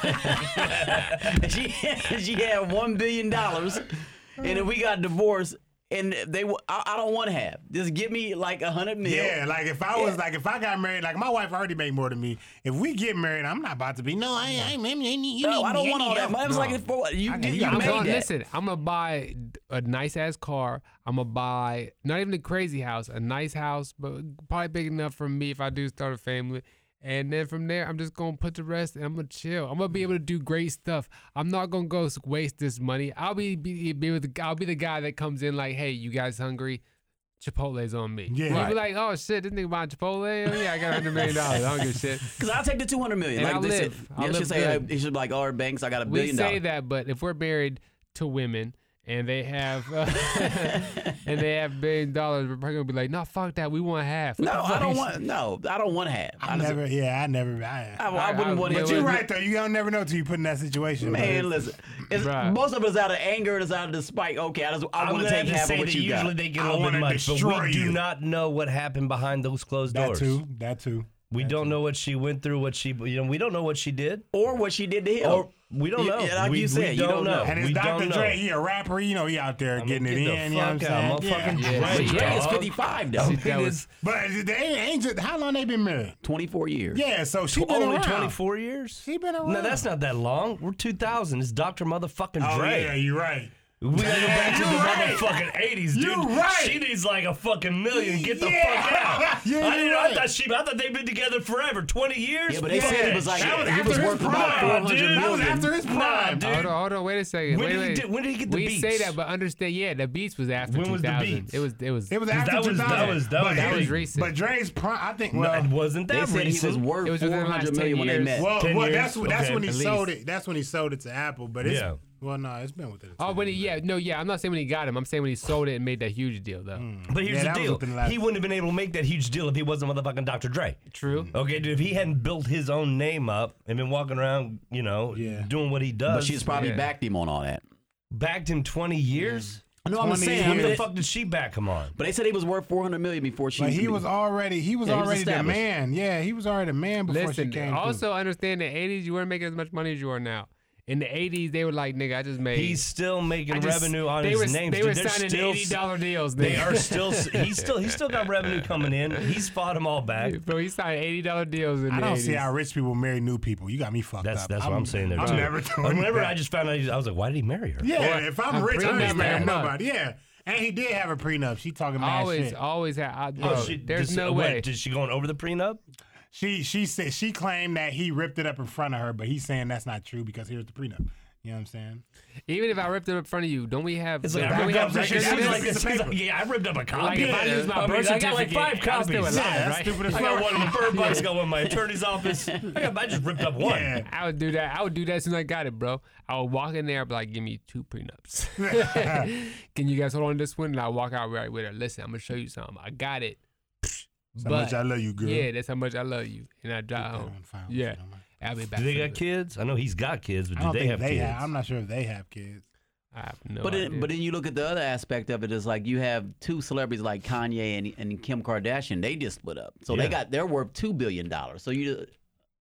Speaker 2: And she she had one billion dollars, and if we got divorced, and they, wa- I, I don't want half. Just give me like a hundred mil.
Speaker 1: yeah, like if I was like if I got married, like my wife already made more than me. If we get married, I'm not about to be. No, I ain't. I ain't, you need, you
Speaker 2: No,
Speaker 1: need-
Speaker 2: I don't
Speaker 1: you
Speaker 2: want
Speaker 1: need
Speaker 2: all that
Speaker 1: help.
Speaker 2: money. I was like, for, you,
Speaker 1: I
Speaker 2: you,
Speaker 1: know, you
Speaker 2: you
Speaker 1: got
Speaker 3: I'm
Speaker 2: made
Speaker 1: money.
Speaker 3: gonna,
Speaker 2: that.
Speaker 3: listen, I'm gonna buy a nice ass car. I'm gonna buy not even a crazy house, a nice house, but probably big enough for me if I do start a family. And then from there, I'm just gonna put the rest, and I'm gonna chill. I'm gonna be able to do great stuff. I'm not gonna go s- waste this money. I'll be be, be with. I'll be the guy that comes in like, hey, you guys hungry? Chipotle's on me.
Speaker 1: Yeah.
Speaker 3: Yeah.
Speaker 1: Right.
Speaker 3: You be like, oh shit, this nigga buying Chipotle? Oh, yeah, I got $100 million. I don't give a shit.
Speaker 2: Because I'll take the 200 million.
Speaker 3: And
Speaker 2: like
Speaker 3: I'll
Speaker 2: they
Speaker 3: live.
Speaker 2: said,
Speaker 3: I'll
Speaker 2: you should
Speaker 3: live
Speaker 2: say,
Speaker 3: good.
Speaker 2: uh, you should be like, our banks, I got a
Speaker 3: We
Speaker 2: billion
Speaker 3: say
Speaker 2: dollars.
Speaker 3: that, but if we're married to women and they have uh, and they have billion dollars, we're probably gonna be like, no, fuck that. We want half. What
Speaker 2: No,
Speaker 3: the fuck
Speaker 2: I
Speaker 3: you
Speaker 2: don't
Speaker 3: s-
Speaker 2: want, no, I don't want half.
Speaker 1: I
Speaker 2: Honestly,
Speaker 1: never, yeah, I never. I,
Speaker 2: I, I
Speaker 3: I-
Speaker 2: wouldn't
Speaker 3: I-
Speaker 2: want
Speaker 3: but
Speaker 2: half.
Speaker 1: you're
Speaker 3: was-
Speaker 1: right though. You don't never know till you put in that situation.
Speaker 2: Man, listen. It's,
Speaker 3: Right.
Speaker 2: Most of us out of anger and it's out of despite. Okay, I, just, I
Speaker 4: I'm
Speaker 2: want to
Speaker 4: glad
Speaker 2: take half of
Speaker 4: say
Speaker 2: what
Speaker 4: that
Speaker 2: you
Speaker 4: usually
Speaker 2: got.
Speaker 4: they get
Speaker 1: I
Speaker 4: a little bit
Speaker 1: wanna
Speaker 4: much, but
Speaker 1: destroy
Speaker 4: we do
Speaker 1: you.
Speaker 4: not know what happened behind those closed
Speaker 1: that
Speaker 4: doors.
Speaker 1: too. That too.
Speaker 4: We don't know what she went through, what she you know, we don't know what she did.
Speaker 2: Or what she did to him.
Speaker 4: Or we don't
Speaker 2: Yeah,
Speaker 4: know.
Speaker 2: yeah, like
Speaker 4: we,
Speaker 2: you said,
Speaker 4: we
Speaker 2: you
Speaker 4: don't,
Speaker 2: don't know.
Speaker 4: know.
Speaker 1: And it's
Speaker 4: we
Speaker 1: Dr.
Speaker 4: don't
Speaker 1: Dre.
Speaker 4: know.
Speaker 1: He a rapper. You know, he out there
Speaker 4: I mean,
Speaker 1: getting it
Speaker 4: get the
Speaker 1: in. You know what
Speaker 4: fuck
Speaker 1: I'm
Speaker 4: out,
Speaker 1: saying?
Speaker 4: motherfucking
Speaker 1: Yeah.
Speaker 3: Yeah.
Speaker 4: Dre,
Speaker 2: But Dre is
Speaker 4: dog.
Speaker 2: 55 though.
Speaker 3: That
Speaker 4: It
Speaker 3: was-
Speaker 4: is
Speaker 1: But they ain't just, how long they been married?
Speaker 2: 24 years.
Speaker 1: Yeah, so she been
Speaker 4: only
Speaker 1: around.
Speaker 4: 24 years.
Speaker 1: She been around.
Speaker 4: No, that's not that long. We're 2000. It's Dr. Motherfucking
Speaker 1: Oh
Speaker 4: Dre.
Speaker 1: yeah, you're right.
Speaker 4: We gotta go back to the
Speaker 1: You right.
Speaker 4: motherfucking 80s, dude.
Speaker 1: You right.
Speaker 4: She needs like a fucking million. Get the
Speaker 1: Yeah.
Speaker 4: fuck out.
Speaker 1: Yeah,
Speaker 4: I,
Speaker 1: you
Speaker 4: didn't, I
Speaker 1: right.
Speaker 4: thought she. I thought they've been together forever. 20 years?
Speaker 2: Yeah, but they said it was like
Speaker 1: That was
Speaker 2: he
Speaker 1: after
Speaker 2: was
Speaker 1: his
Speaker 2: worth about
Speaker 1: prime,
Speaker 2: 400
Speaker 4: dude.
Speaker 2: million.
Speaker 1: That was after his
Speaker 4: Nah,
Speaker 1: prime.
Speaker 4: dude.
Speaker 3: Hold on, hold on, wait a second.
Speaker 4: When
Speaker 3: wait,
Speaker 4: did he
Speaker 3: wait.
Speaker 4: do- when did he get the
Speaker 3: we say
Speaker 4: beats?
Speaker 3: that, but understand, yeah, the beats was after
Speaker 4: When was the
Speaker 3: 2000.
Speaker 4: beats?
Speaker 3: It was, it was,
Speaker 1: It was
Speaker 4: That
Speaker 1: after
Speaker 4: was-
Speaker 1: 2000.
Speaker 4: that was- that
Speaker 1: but
Speaker 4: was-
Speaker 1: it
Speaker 4: that was
Speaker 3: recent.
Speaker 1: But Dre's prime, I think.
Speaker 4: No,
Speaker 1: Well,
Speaker 4: it wasn't
Speaker 2: They
Speaker 4: that
Speaker 2: said he was
Speaker 4: recent.
Speaker 2: worth
Speaker 3: It was within the
Speaker 2: 400
Speaker 3: last
Speaker 2: million when they
Speaker 3: 10
Speaker 2: met.
Speaker 1: Well,
Speaker 4: 10
Speaker 1: well
Speaker 4: years?
Speaker 1: that's what that's
Speaker 4: Okay.
Speaker 1: when he
Speaker 4: At
Speaker 1: sold
Speaker 3: least.
Speaker 1: it. That's when he sold it to Apple. But it's
Speaker 4: Yeah.
Speaker 1: well, no, it's been within. the
Speaker 3: Oh,
Speaker 1: 10
Speaker 3: when he,
Speaker 1: years.
Speaker 3: yeah, no, yeah. I'm not saying when he got him. I'm saying when he sold it and made that huge deal, though.
Speaker 4: But here's
Speaker 1: Yeah, that
Speaker 4: the
Speaker 1: was
Speaker 4: deal.
Speaker 1: within the last-
Speaker 4: He wouldn't have been able to make that huge deal if he wasn't motherfucking Dr. Dre.
Speaker 3: True.
Speaker 4: Okay, dude, if he hadn't built his own name up and been walking around, you know,
Speaker 1: Yeah.
Speaker 4: doing what he does,
Speaker 2: But she's probably
Speaker 3: Yeah.
Speaker 2: backed him on all that.
Speaker 4: backed him 20 years.
Speaker 2: No, I'm
Speaker 1: 20
Speaker 2: saying.
Speaker 4: When the
Speaker 1: years.
Speaker 2: but-
Speaker 4: fuck did she back him on?
Speaker 2: But they said he was worth 400 million before she.
Speaker 1: But he was already he was
Speaker 2: Yeah, he was
Speaker 1: already the
Speaker 2: established.
Speaker 1: man. Yeah, he was already the man before she
Speaker 3: Listen,
Speaker 1: came.
Speaker 3: also
Speaker 1: through.
Speaker 3: understand the 80s, you weren't making as much money as you are now. In the 80s, they were like, nigga, I just made.
Speaker 4: He's still making
Speaker 3: I just-
Speaker 4: revenue on
Speaker 3: they
Speaker 4: his
Speaker 3: were,
Speaker 4: name.
Speaker 3: They
Speaker 4: dude.
Speaker 3: were
Speaker 4: They're
Speaker 3: signing
Speaker 4: still-
Speaker 3: $80 deals,
Speaker 4: They
Speaker 3: nigga.
Speaker 4: are still. He's still. He's still got revenue coming in. He's fought them all back.
Speaker 3: Bro, he signed $80 deals in
Speaker 1: I
Speaker 3: the
Speaker 1: don't
Speaker 3: 80s.
Speaker 1: see how rich people marry new people. You got me fucked
Speaker 4: That's
Speaker 1: up.
Speaker 4: that's what I'm saying there
Speaker 1: I'm
Speaker 4: too.
Speaker 1: never doing
Speaker 4: Whenever
Speaker 1: that.
Speaker 4: I just found out, he's- I was like, why did he marry her?
Speaker 1: Yeah,
Speaker 3: Or
Speaker 1: if I'm
Speaker 3: a
Speaker 1: rich, I'm
Speaker 3: prenup,
Speaker 1: not marrying
Speaker 3: man.
Speaker 1: nobody. Yeah, and he did have a prenup. She talking mad
Speaker 3: Always,
Speaker 1: shit.
Speaker 3: always had. I, bro,
Speaker 4: Oh, she-
Speaker 3: Oh, there's
Speaker 4: this-
Speaker 3: no
Speaker 4: what,
Speaker 3: way.
Speaker 4: Did she going over the prenup?
Speaker 1: She she said she claimed that he ripped it up in front of her, but he's saying that's not true because here's the prenup. You know what I'm saying?
Speaker 3: Even if I ripped it up in front of you, don't we have.
Speaker 4: It's like
Speaker 3: don't
Speaker 4: I
Speaker 3: we
Speaker 4: ripped up.
Speaker 3: have
Speaker 1: like,
Speaker 4: She
Speaker 3: records
Speaker 1: she's
Speaker 3: of
Speaker 4: was
Speaker 3: this?
Speaker 4: like, this, she's like, yeah, I ripped up a copy.
Speaker 3: if I
Speaker 4: Yeah.
Speaker 3: use my
Speaker 4: I mean,
Speaker 3: birth
Speaker 4: I got like
Speaker 3: certificate,
Speaker 4: five
Speaker 3: I'm still alive,
Speaker 4: copies. Yeah.
Speaker 1: that's
Speaker 3: right?
Speaker 1: stupid as
Speaker 4: I
Speaker 1: fuck.
Speaker 4: got one in the bird box. Got one in my attorney's office. I, got, I just ripped up one.
Speaker 1: Yeah.
Speaker 3: I would do that. I would do that as soon as I got it, bro. I would walk in there, I'd be like, give me two prenups. Can you guys hold on to this one? And I walk out right with her. Listen, I'm gonna show you something. I got it.
Speaker 1: So much I love you, girl.
Speaker 3: Yeah, that's how much I love you. And I drive
Speaker 1: Put that
Speaker 3: home.
Speaker 1: on file,
Speaker 3: Yeah.
Speaker 1: if you don't mind.
Speaker 3: I'll be back.
Speaker 4: Do they
Speaker 3: for
Speaker 4: got
Speaker 3: the-
Speaker 4: kids? I know he's got kids, but
Speaker 1: I
Speaker 4: do
Speaker 1: don't
Speaker 4: they
Speaker 1: think
Speaker 4: have
Speaker 1: they
Speaker 4: kids?
Speaker 1: have. I'm not sure if they have kids.
Speaker 3: I have no
Speaker 2: But
Speaker 3: idea.
Speaker 2: then, but then you look at the other aspect of it. It's like you have two celebrities like Kanye and, and Kim Kardashian. They just split up, so
Speaker 4: Yeah.
Speaker 2: they got they're worth two billion dollars. So you,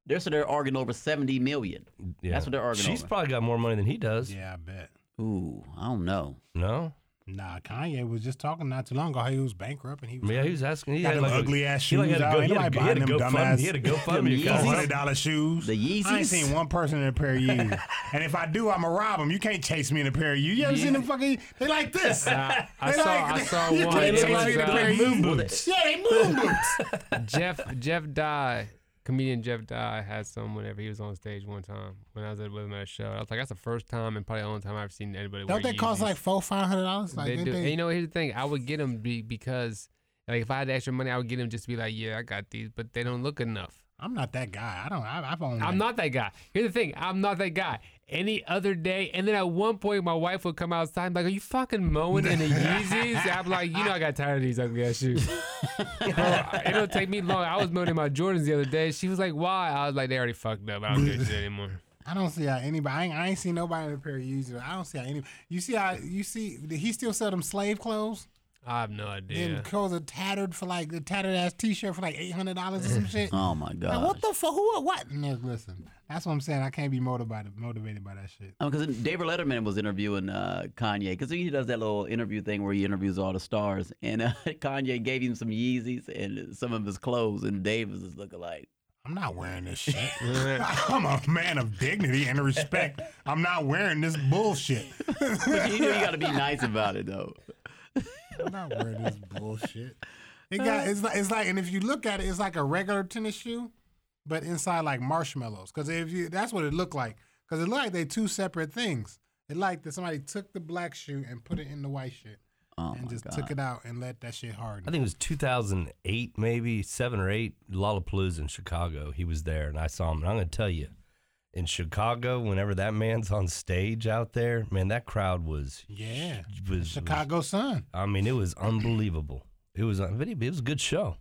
Speaker 2: they're so they're arguing over seventy million.
Speaker 4: Yeah.
Speaker 2: That's what they're arguing
Speaker 4: She's
Speaker 2: over.
Speaker 4: probably got more money than he does.
Speaker 1: Yeah, I bet.
Speaker 2: Ooh, I don't know.
Speaker 4: No.
Speaker 1: Nah, Kanye was just talking not too long ago. how He was bankrupt and he was
Speaker 4: Yeah, he was asking. He
Speaker 1: Got
Speaker 4: had
Speaker 1: them
Speaker 4: like a-
Speaker 1: ugly-ass
Speaker 4: he like
Speaker 1: shoes
Speaker 4: had a
Speaker 1: out.
Speaker 4: go-
Speaker 1: Ain't
Speaker 4: He had
Speaker 1: nobody
Speaker 4: a- he had a
Speaker 1: buying them
Speaker 4: GoFundMe-
Speaker 1: dumbass-
Speaker 4: he had a GoFundMe
Speaker 2: Yeezys.
Speaker 4: account.
Speaker 1: hundred dollar shoes.
Speaker 2: The
Speaker 1: I
Speaker 2: Yeezys?
Speaker 1: ain't seen one person in a pair of Yeezys. and if I do, I'ma rob them. You can't chase me in a pair of Yeezys. You ever seen them fucking? They like this.
Speaker 3: I- I
Speaker 1: They
Speaker 3: saw-
Speaker 1: like-
Speaker 3: I saw
Speaker 1: you
Speaker 3: one.
Speaker 1: can't
Speaker 3: They
Speaker 1: chase
Speaker 3: look
Speaker 1: me in a
Speaker 3: like uh,
Speaker 1: pair of
Speaker 4: moon
Speaker 1: Yeezys.
Speaker 4: boots.
Speaker 1: Yeah, they moon boots.
Speaker 3: Jeff Jeff Dye, comedian Jeff Dye, had some whenever he was on stage one time when I was at with him at a show. I was like, that's the first time and probably the only time I've seen anybody. wear
Speaker 1: Don't they cost
Speaker 3: Yeezys.
Speaker 1: like four, five hundred dollars? Like
Speaker 3: they
Speaker 1: ain't
Speaker 3: do.
Speaker 1: they-
Speaker 3: And you know, here's the thing. I would get them be, because, like, if I had the extra money, I would get them just to be like, yeah, I got these, but they don't look enough.
Speaker 1: I'm not that guy. I don't. I, I've only.
Speaker 3: I'm not that guy. Here's the thing. I'm not that guy. Any other day, and then at one point, my wife would come outside and be like, "Are you fucking mowing in the Yeezys?" I'm like, "You know, I got tired of these ugly ass shoes. Bro, it'll take me long. I was mowing in my Jordans the other day. She was like, "Why?" I was like, "They already fucked up. I don't give a shit anymore."
Speaker 1: I don't see how anybody. I ain't, I ain't seen nobody in a pair of Yeezys. I don't see how any. You see how you see? Did he still sell them slave clothes?
Speaker 3: I have no
Speaker 1: Them
Speaker 3: idea.
Speaker 1: clothes are tattered for like the tattered ass T-shirt for like eight hundred dollars or some shit.
Speaker 2: Oh my
Speaker 1: Like,
Speaker 2: god.
Speaker 1: what the fuck? Who? What? No, listen, that's what I'm saying. I can't be motivated motivated by that shit.
Speaker 2: Because David Letterman was interviewing uh, Kanye because he does that little interview thing where he interviews all the stars, and uh, Kanye gave him some Yeezys and some of his clothes, and Dave was just looking like,
Speaker 1: I'm not wearing this shit. I'm a man of dignity and respect. I'm not wearing this bullshit.
Speaker 2: but you know you got to be nice about it though.
Speaker 1: I'm not wearing this bullshit. It got
Speaker 4: Uh.
Speaker 1: it's like it's like, and if you look at it, it's like a regular tennis shoe, but inside like marshmallows. Because if you, that's what it looked like. Because it looked like they two separate things. It like that somebody took the black shoe and put it in the white shit.
Speaker 2: Oh
Speaker 1: and
Speaker 2: my
Speaker 1: just
Speaker 2: God.
Speaker 1: took it out and let that shit harden.
Speaker 4: I think it was 2008, maybe seven or eight, Lollapalooza in Chicago. He was there, and I saw him. And I'm going to tell you, in Chicago, whenever that man's on stage out there, man, that crowd was
Speaker 1: yeah,
Speaker 4: was
Speaker 1: Chicago Sun.
Speaker 4: I mean, it was unbelievable. It was, un- but it it was a good show.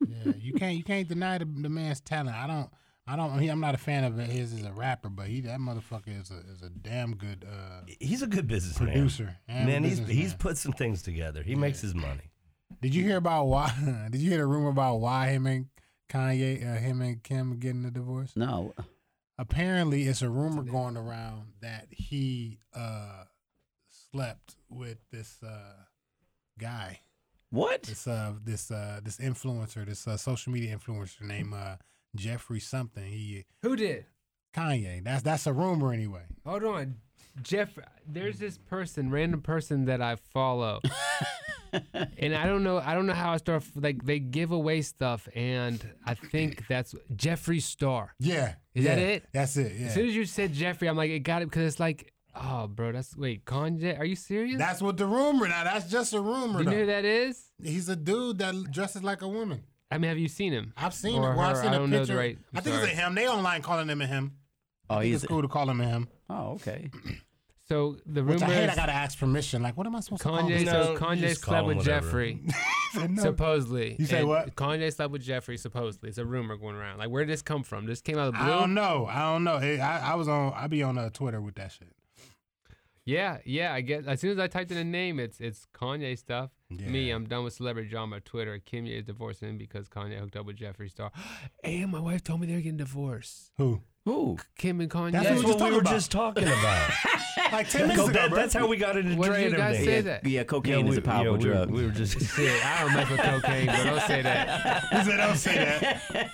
Speaker 1: Yeah, you can't you can't deny the, the man's talent. I don't I don't he, I'm not a fan of his as a rapper, but he that motherfucker is a is a damn good uh,
Speaker 4: He's a good businessman.
Speaker 1: producer. and
Speaker 4: Man, he's
Speaker 1: businessman.
Speaker 4: he's put some things together. He makes his money.
Speaker 1: Did you hear about why? Did you hear the rumor about why him and Kanye, uh, him and Kim are getting a divorce?
Speaker 2: No.
Speaker 1: Apparently, it's a rumor going around that he uh, slept with this uh, guy,
Speaker 2: What?
Speaker 1: this uh, this uh, this influencer, this uh, social media influencer named uh, Jeffrey something. He
Speaker 3: Who did?
Speaker 1: Kanye. That's that's a rumor anyway.
Speaker 3: Hold on. Jeff, there's this person, random person that I follow. and I don't know, I don't know how I start like they give away stuff and I think that's Jeffree Star.
Speaker 1: Yeah,
Speaker 3: Is that
Speaker 1: yeah,
Speaker 3: it?
Speaker 1: That's it.
Speaker 3: As soon
Speaker 1: Yeah.
Speaker 3: as you said Jeffrey, I'm like, it got it because it's like, oh, bro, that's wait, Kanye? Are you serious?
Speaker 1: That's what the rumor. Now that's just a rumor.
Speaker 3: you know who
Speaker 1: though.
Speaker 3: that is?
Speaker 1: He's a dude that dresses like a woman.
Speaker 3: I mean, have you seen him?
Speaker 1: I've seen
Speaker 3: Or
Speaker 1: it. Well, I've
Speaker 3: her.
Speaker 1: seen
Speaker 3: I
Speaker 1: a
Speaker 3: don't know the
Speaker 1: picture.
Speaker 3: right- I'm
Speaker 1: I think it's a
Speaker 3: sorry.
Speaker 1: him. They online calling him a him.
Speaker 2: Oh,
Speaker 1: I think it's
Speaker 2: he's.
Speaker 1: cool to call him a him.
Speaker 2: Oh, okay.
Speaker 3: So the rumor
Speaker 1: Which I hate.
Speaker 3: is
Speaker 1: I gotta ask permission. Like, what am I supposed
Speaker 3: Kanye,
Speaker 1: to
Speaker 4: No,
Speaker 3: so
Speaker 4: you
Speaker 3: Kanye
Speaker 4: just call
Speaker 3: slept
Speaker 4: him
Speaker 3: with
Speaker 4: whatever.
Speaker 3: Jeffrey,
Speaker 1: call him? No.
Speaker 3: supposedly.
Speaker 1: You say
Speaker 3: And
Speaker 1: what?
Speaker 3: Kanye slept with Jeffrey, supposedly. It's a rumor going around. Like, where did this come from? This came out of the
Speaker 1: I
Speaker 3: blue?
Speaker 1: don't know. I don't know. Hey, I, I was on. I be on uh, Twitter with that shit.
Speaker 3: Yeah, yeah. I guess as soon as I typed in a name, it's it's Kanye stuff. Me,
Speaker 1: Yeah.
Speaker 3: I'm done with celebrity drama. Twitter. Kim is divorcing him because Kanye hooked up with Jeffree Star. and my wife told me they're getting divorced.
Speaker 1: Who?
Speaker 2: Ooh.
Speaker 3: Kim and Kanye.
Speaker 1: That's what
Speaker 4: we were
Speaker 1: talking
Speaker 4: just talking about.
Speaker 1: Like ten minutes
Speaker 4: Go
Speaker 1: ago,
Speaker 4: back.
Speaker 1: bro.
Speaker 4: that's how we got into
Speaker 3: What
Speaker 4: Dre
Speaker 3: did
Speaker 4: and
Speaker 3: you guys
Speaker 4: everything.
Speaker 3: say that?
Speaker 2: Yeah,
Speaker 4: Yeah,
Speaker 2: cocaine is
Speaker 4: we-
Speaker 2: a powerful
Speaker 4: yeah, we were-
Speaker 2: drug.
Speaker 4: We were just
Speaker 3: Shit, I don't mess with cocaine, but don't say that.
Speaker 1: He said, "Don't say that."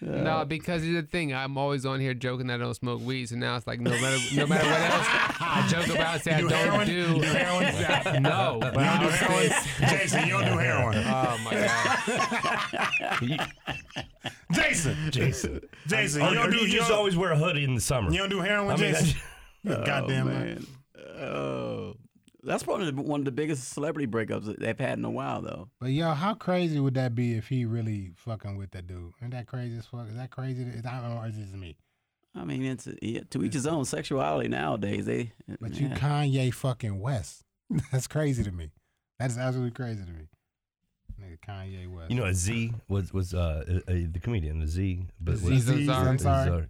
Speaker 3: No, because here's the thing. I'm always on here joking that I don't smoke weed, so now it's like no matter no matter what else I joke about, say I
Speaker 1: You
Speaker 3: don't
Speaker 1: do heroin?
Speaker 3: do.
Speaker 1: You do heroin? Stop.
Speaker 3: no, but
Speaker 1: You
Speaker 3: I
Speaker 1: don't do
Speaker 3: was
Speaker 1: heroin,
Speaker 3: always-
Speaker 1: Jason. You don't do heroin,
Speaker 3: Oh my god.
Speaker 1: Jason.
Speaker 4: Jason.
Speaker 1: Jason,
Speaker 4: Or,
Speaker 1: you don't
Speaker 4: or
Speaker 1: do
Speaker 4: you
Speaker 1: you
Speaker 4: just
Speaker 1: don't-
Speaker 4: always wear a hoodie in the summer.
Speaker 1: You don't do heroin,
Speaker 4: I mean,
Speaker 1: Jason.
Speaker 4: that's-
Speaker 1: You goddamn
Speaker 2: oh,
Speaker 1: liar.
Speaker 2: man. Oh. That's probably the- one of the biggest celebrity breakups that they've had in a while, though.
Speaker 1: But yo, how crazy would that be if he really fucking with that dude? Isn't that crazy as fuck? Is that crazy? Is that, or is this me?
Speaker 2: I mean, it's yeah, to each his own. Sexuality nowadays, they.
Speaker 1: But you
Speaker 2: yeah.
Speaker 1: Kanye fucking West. That's crazy to me. That's absolutely crazy to me. Nigga Kanye West.
Speaker 4: You know, a Z was was uh, a, a- the comedian. A Z, but
Speaker 3: Aziz
Speaker 4: was,
Speaker 1: Aziz
Speaker 3: Ansari.
Speaker 1: Ansari.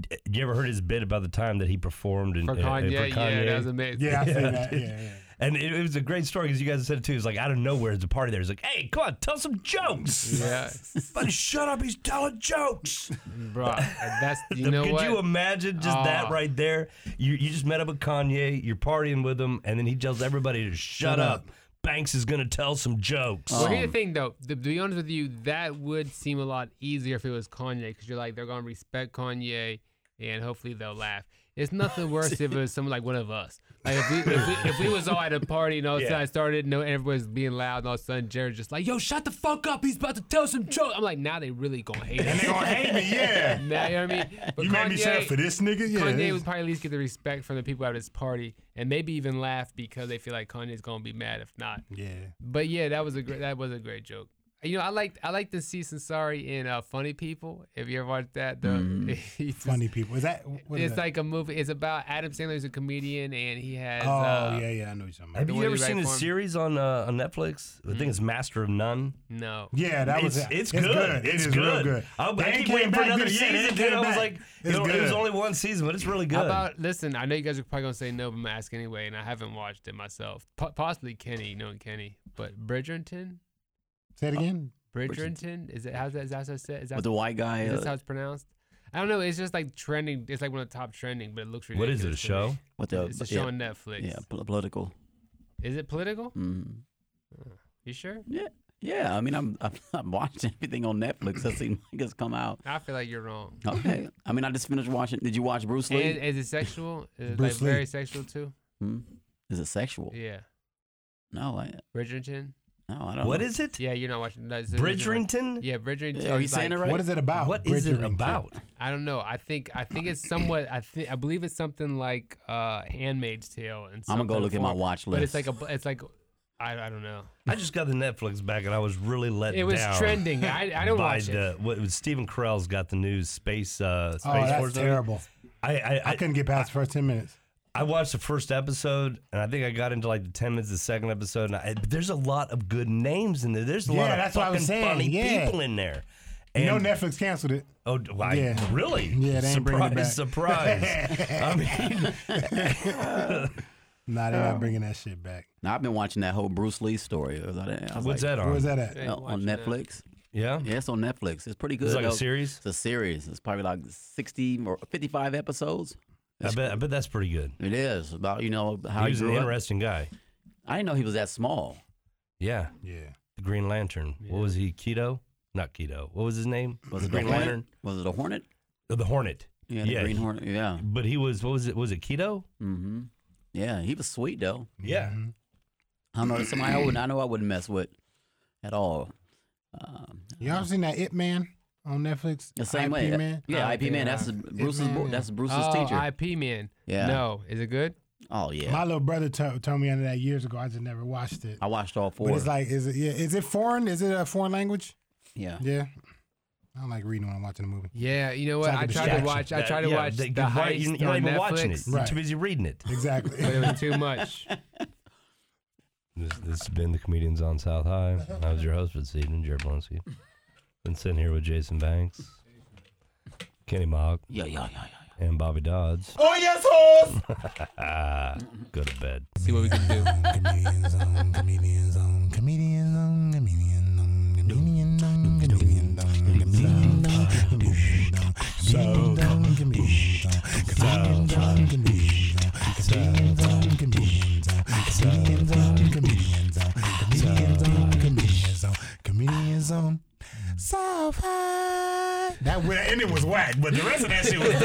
Speaker 4: D- You ever heard his bit about the time that he performed in,
Speaker 3: For
Speaker 4: uh,
Speaker 3: Kanye,
Speaker 4: for
Speaker 3: yeah,
Speaker 4: Kanye?
Speaker 3: that was amazing.
Speaker 1: Yeah, I see that. Yeah, yeah.
Speaker 4: and it, it was a great story because you guys said it too. It's like out of nowhere, it's a party there. It's like, hey, come on, tell some jokes.
Speaker 3: Yeah,
Speaker 4: Buddy, shut up. He's telling jokes.
Speaker 3: bro. That's you
Speaker 4: The-
Speaker 3: know
Speaker 4: Could
Speaker 3: what?
Speaker 4: you imagine just that
Speaker 3: Ah.
Speaker 4: right there? You you just met up with Kanye, you're partying with him, and then he tells everybody to shut, up. Banks is gonna tell some jokes.
Speaker 1: Oh.
Speaker 3: well,
Speaker 1: Um,
Speaker 3: here's the thing, though. To be honest with you, that would seem a lot easier if it was Kanye, because you're like they're gonna respect Kanye, and hopefully they'll laugh. It's nothing worse if it was someone like one of us. Like if we, if we, if we was all at a party and all of a sudden
Speaker 4: Yeah.
Speaker 3: I started, no, everybody's being loud, and all of a sudden Jared's just like, "Yo, shut the fuck up! He's about to tell some jokes." I'm like, now they really gonna hate
Speaker 1: And they
Speaker 3: us.
Speaker 1: gonna hate me, yeah.
Speaker 3: now, you know what I mean? But
Speaker 1: You made me sad for this nigga, yeah.
Speaker 3: Kanye would probably at least get the respect from the people at his party, and maybe even laugh because they feel like Kanye's gonna be mad if not.
Speaker 1: yeah.
Speaker 3: But yeah, that was a great that was a great joke. You know, I like I like to see Sansari in uh, Funny People. If you ever watched that, the, he's just-
Speaker 1: Funny people. Is that what is
Speaker 3: It's
Speaker 1: that?
Speaker 3: like a movie. It's about Adam Sandler's a comedian and he has.
Speaker 1: Oh
Speaker 3: uh,
Speaker 1: yeah, yeah, I know what you're talking
Speaker 4: Have
Speaker 1: about.
Speaker 3: The
Speaker 4: you
Speaker 3: one
Speaker 4: ever
Speaker 3: he wrote
Speaker 4: seen a
Speaker 3: for him. Hmm.
Speaker 4: series on uh, on Netflix? I think it's Master of None.
Speaker 3: No.
Speaker 1: Yeah, that was
Speaker 4: It's,
Speaker 1: it.
Speaker 4: it's,
Speaker 1: It
Speaker 4: good. It's
Speaker 1: is
Speaker 4: good.
Speaker 1: real good.
Speaker 4: I,
Speaker 1: They
Speaker 4: I keep
Speaker 1: came
Speaker 4: waiting for
Speaker 1: back
Speaker 4: another
Speaker 1: this year, they
Speaker 4: season.
Speaker 1: came
Speaker 4: Dude, I was
Speaker 1: back.
Speaker 4: like, you
Speaker 1: it's
Speaker 4: know, it was
Speaker 1: good.
Speaker 4: only one season, but it's really good.
Speaker 3: How about listen? I know you guys are probably gonna say no, but I'm asking anyway, and I haven't watched it myself. Po- possibly Kenny, knowing Kenny, but Bridgerton.
Speaker 1: Say
Speaker 4: Uh,
Speaker 1: it again.
Speaker 3: Bridgerton is it? How's that? Is that how it's said? Is that
Speaker 2: With the white guy.
Speaker 3: is
Speaker 2: uh,
Speaker 3: this how it's pronounced? I don't know. It's just like trending. It's like one of the top trending, but it looks
Speaker 4: what
Speaker 3: ridiculous.
Speaker 4: is it?
Speaker 3: to
Speaker 4: A
Speaker 3: me.
Speaker 4: show?
Speaker 2: with the,
Speaker 3: it's a
Speaker 2: yeah,
Speaker 3: show on Netflix.
Speaker 2: yeah, pol- political.
Speaker 3: Is it political?
Speaker 2: Mm.
Speaker 3: You sure?
Speaker 2: Yeah, yeah. I mean, I'm, I'm I'm watching everything on Netflix. That seems like it's come out.
Speaker 3: I feel like you're wrong.
Speaker 2: Okay. I mean, I just finished watching. Did you watch Bruce Lee?
Speaker 3: And is it sexual? Is it like
Speaker 1: Bruce Lee.
Speaker 3: very sexual too?
Speaker 2: hmm? Is it sexual?
Speaker 3: Yeah.
Speaker 2: No, I
Speaker 3: Bridgerton?
Speaker 2: no, I don't.
Speaker 4: What
Speaker 2: know.
Speaker 4: is it?
Speaker 3: Yeah, you're not watching that. Is it- is it like-
Speaker 4: Bridgerton?
Speaker 3: Yeah, Bridgerton.
Speaker 2: Are you
Speaker 3: is
Speaker 2: saying
Speaker 3: like-
Speaker 2: it right?
Speaker 1: What is it about?
Speaker 4: What is it
Speaker 1: Bridgerton?
Speaker 4: about?
Speaker 3: I don't know. I think I think it's somewhat. I think I believe it's something like uh, Handmaid's Tale. And
Speaker 2: I'm gonna go look at my
Speaker 3: form.
Speaker 2: watch list.
Speaker 3: But it's like a. It's like I, I don't know.
Speaker 4: I just got the Netflix back and I was really let down.
Speaker 3: It was trending. I, I don't
Speaker 4: by
Speaker 3: watch it.
Speaker 4: the, What, it was Stephen Carell's got the new space uh, space
Speaker 5: Oh, that's
Speaker 4: force.
Speaker 5: terrible.
Speaker 4: I I,
Speaker 5: I,
Speaker 4: I,
Speaker 5: couldn't get past the first ten minutes.
Speaker 4: I watched the first episode and I think I got into like the ten minutes of the second episode. And I, there's a lot of good names in there. There's a lot
Speaker 5: Yeah,
Speaker 4: of
Speaker 5: that's what I
Speaker 4: fucking
Speaker 5: was saying,
Speaker 4: funny
Speaker 5: yeah.
Speaker 4: people in there.
Speaker 5: You
Speaker 4: And,
Speaker 5: know, Netflix canceled it.
Speaker 4: Oh, d- why?
Speaker 5: Yeah.
Speaker 4: Really?
Speaker 5: Yeah, they ain't bringing it
Speaker 4: surprise, surprise. I mean,
Speaker 5: Nah, they're not bringing that shit back.
Speaker 2: Now, I've been watching that whole Bruce Lee story. I was like- I was
Speaker 4: what's
Speaker 2: like,
Speaker 4: that on?
Speaker 5: Where's that at?
Speaker 2: uh, on
Speaker 3: Watching that.
Speaker 2: Netflix.
Speaker 4: Yeah,
Speaker 2: Yeah, it's on Netflix. It's pretty good.
Speaker 4: it's like a
Speaker 2: though.
Speaker 4: series.
Speaker 2: It's a series. It's probably like 60 or 55 episodes.
Speaker 4: I bet. I bet that's pretty good.
Speaker 2: It is about, you know, how
Speaker 4: He
Speaker 2: he
Speaker 4: was an
Speaker 2: grew up.
Speaker 4: interesting guy.
Speaker 2: I didn't know he was that small.
Speaker 4: Yeah.
Speaker 5: Yeah.
Speaker 4: the Green Lantern. What was he? Keto? Not Keto. What was his name?
Speaker 2: Was it
Speaker 4: Green
Speaker 2: the Hornet?
Speaker 4: Lantern?
Speaker 2: Was it a Hornet?
Speaker 4: Uh, The Hornet.
Speaker 2: Yeah, the
Speaker 4: Yeah,
Speaker 2: Green
Speaker 4: he-
Speaker 2: Hornet. Yeah.
Speaker 4: But he was. What was it? Was it Keto?
Speaker 2: Mm-hmm. Yeah, he was sweet, though.
Speaker 4: Yeah.
Speaker 5: Mhm.
Speaker 2: I don't know. that's Somebody I, would, I know I wouldn't mess with at all. Um,
Speaker 5: Y'all seen that It Man on Netflix?
Speaker 2: the same
Speaker 5: IP
Speaker 2: way.
Speaker 5: Man.
Speaker 2: Yeah,
Speaker 3: Oh,
Speaker 2: IP
Speaker 3: yeah.
Speaker 2: Man. That's Bruce's,
Speaker 5: Man,
Speaker 2: bo-
Speaker 5: yeah.
Speaker 2: that's Bruce's
Speaker 3: oh,
Speaker 2: teacher.
Speaker 3: IP man.
Speaker 2: Yeah.
Speaker 3: No, is it good?
Speaker 2: oh, yeah.
Speaker 5: My little brother t- turned me under that years ago. I just never watched it.
Speaker 2: I watched all four.
Speaker 5: But it's like, is it? Yeah, is it foreign? Is it a foreign language?
Speaker 2: yeah.
Speaker 5: Yeah. I don't like reading when I'm watching a movie.
Speaker 3: Yeah, you know what?
Speaker 5: It's like
Speaker 3: I
Speaker 5: a
Speaker 3: tried to
Speaker 5: distraction.
Speaker 3: watch. I
Speaker 4: That-
Speaker 3: tried to
Speaker 4: yeah,
Speaker 3: watch
Speaker 4: that-
Speaker 3: the
Speaker 4: you're right, You're,
Speaker 3: heist
Speaker 4: you're not
Speaker 3: on
Speaker 4: even watching it.
Speaker 3: Netflix,
Speaker 4: You're
Speaker 5: Right.
Speaker 4: too busy reading it.
Speaker 5: Exactly.
Speaker 3: but it was too much.
Speaker 4: This, this has been the comedians on South High. I was your host for this evening, Jared Blonsky. Been sitting here with Jason Banks, Kenny Mock,
Speaker 2: Yeah, yeah, yeah, yeah.
Speaker 4: and Bobby Dodds.
Speaker 1: Oh, yes, horse!
Speaker 4: Go to bed.
Speaker 3: See what we can do.
Speaker 1: comedians on, comedians on, comedians on, comedians on, comedians on, comedians on, comedians on, comedians on, comedians on, comedians on, comedians on, comedians on, comedians on, comedians on, comedians on, comedians on, comedians on, comedians on, comedians on, so far.
Speaker 5: that, and it was whack, but the rest of that shit was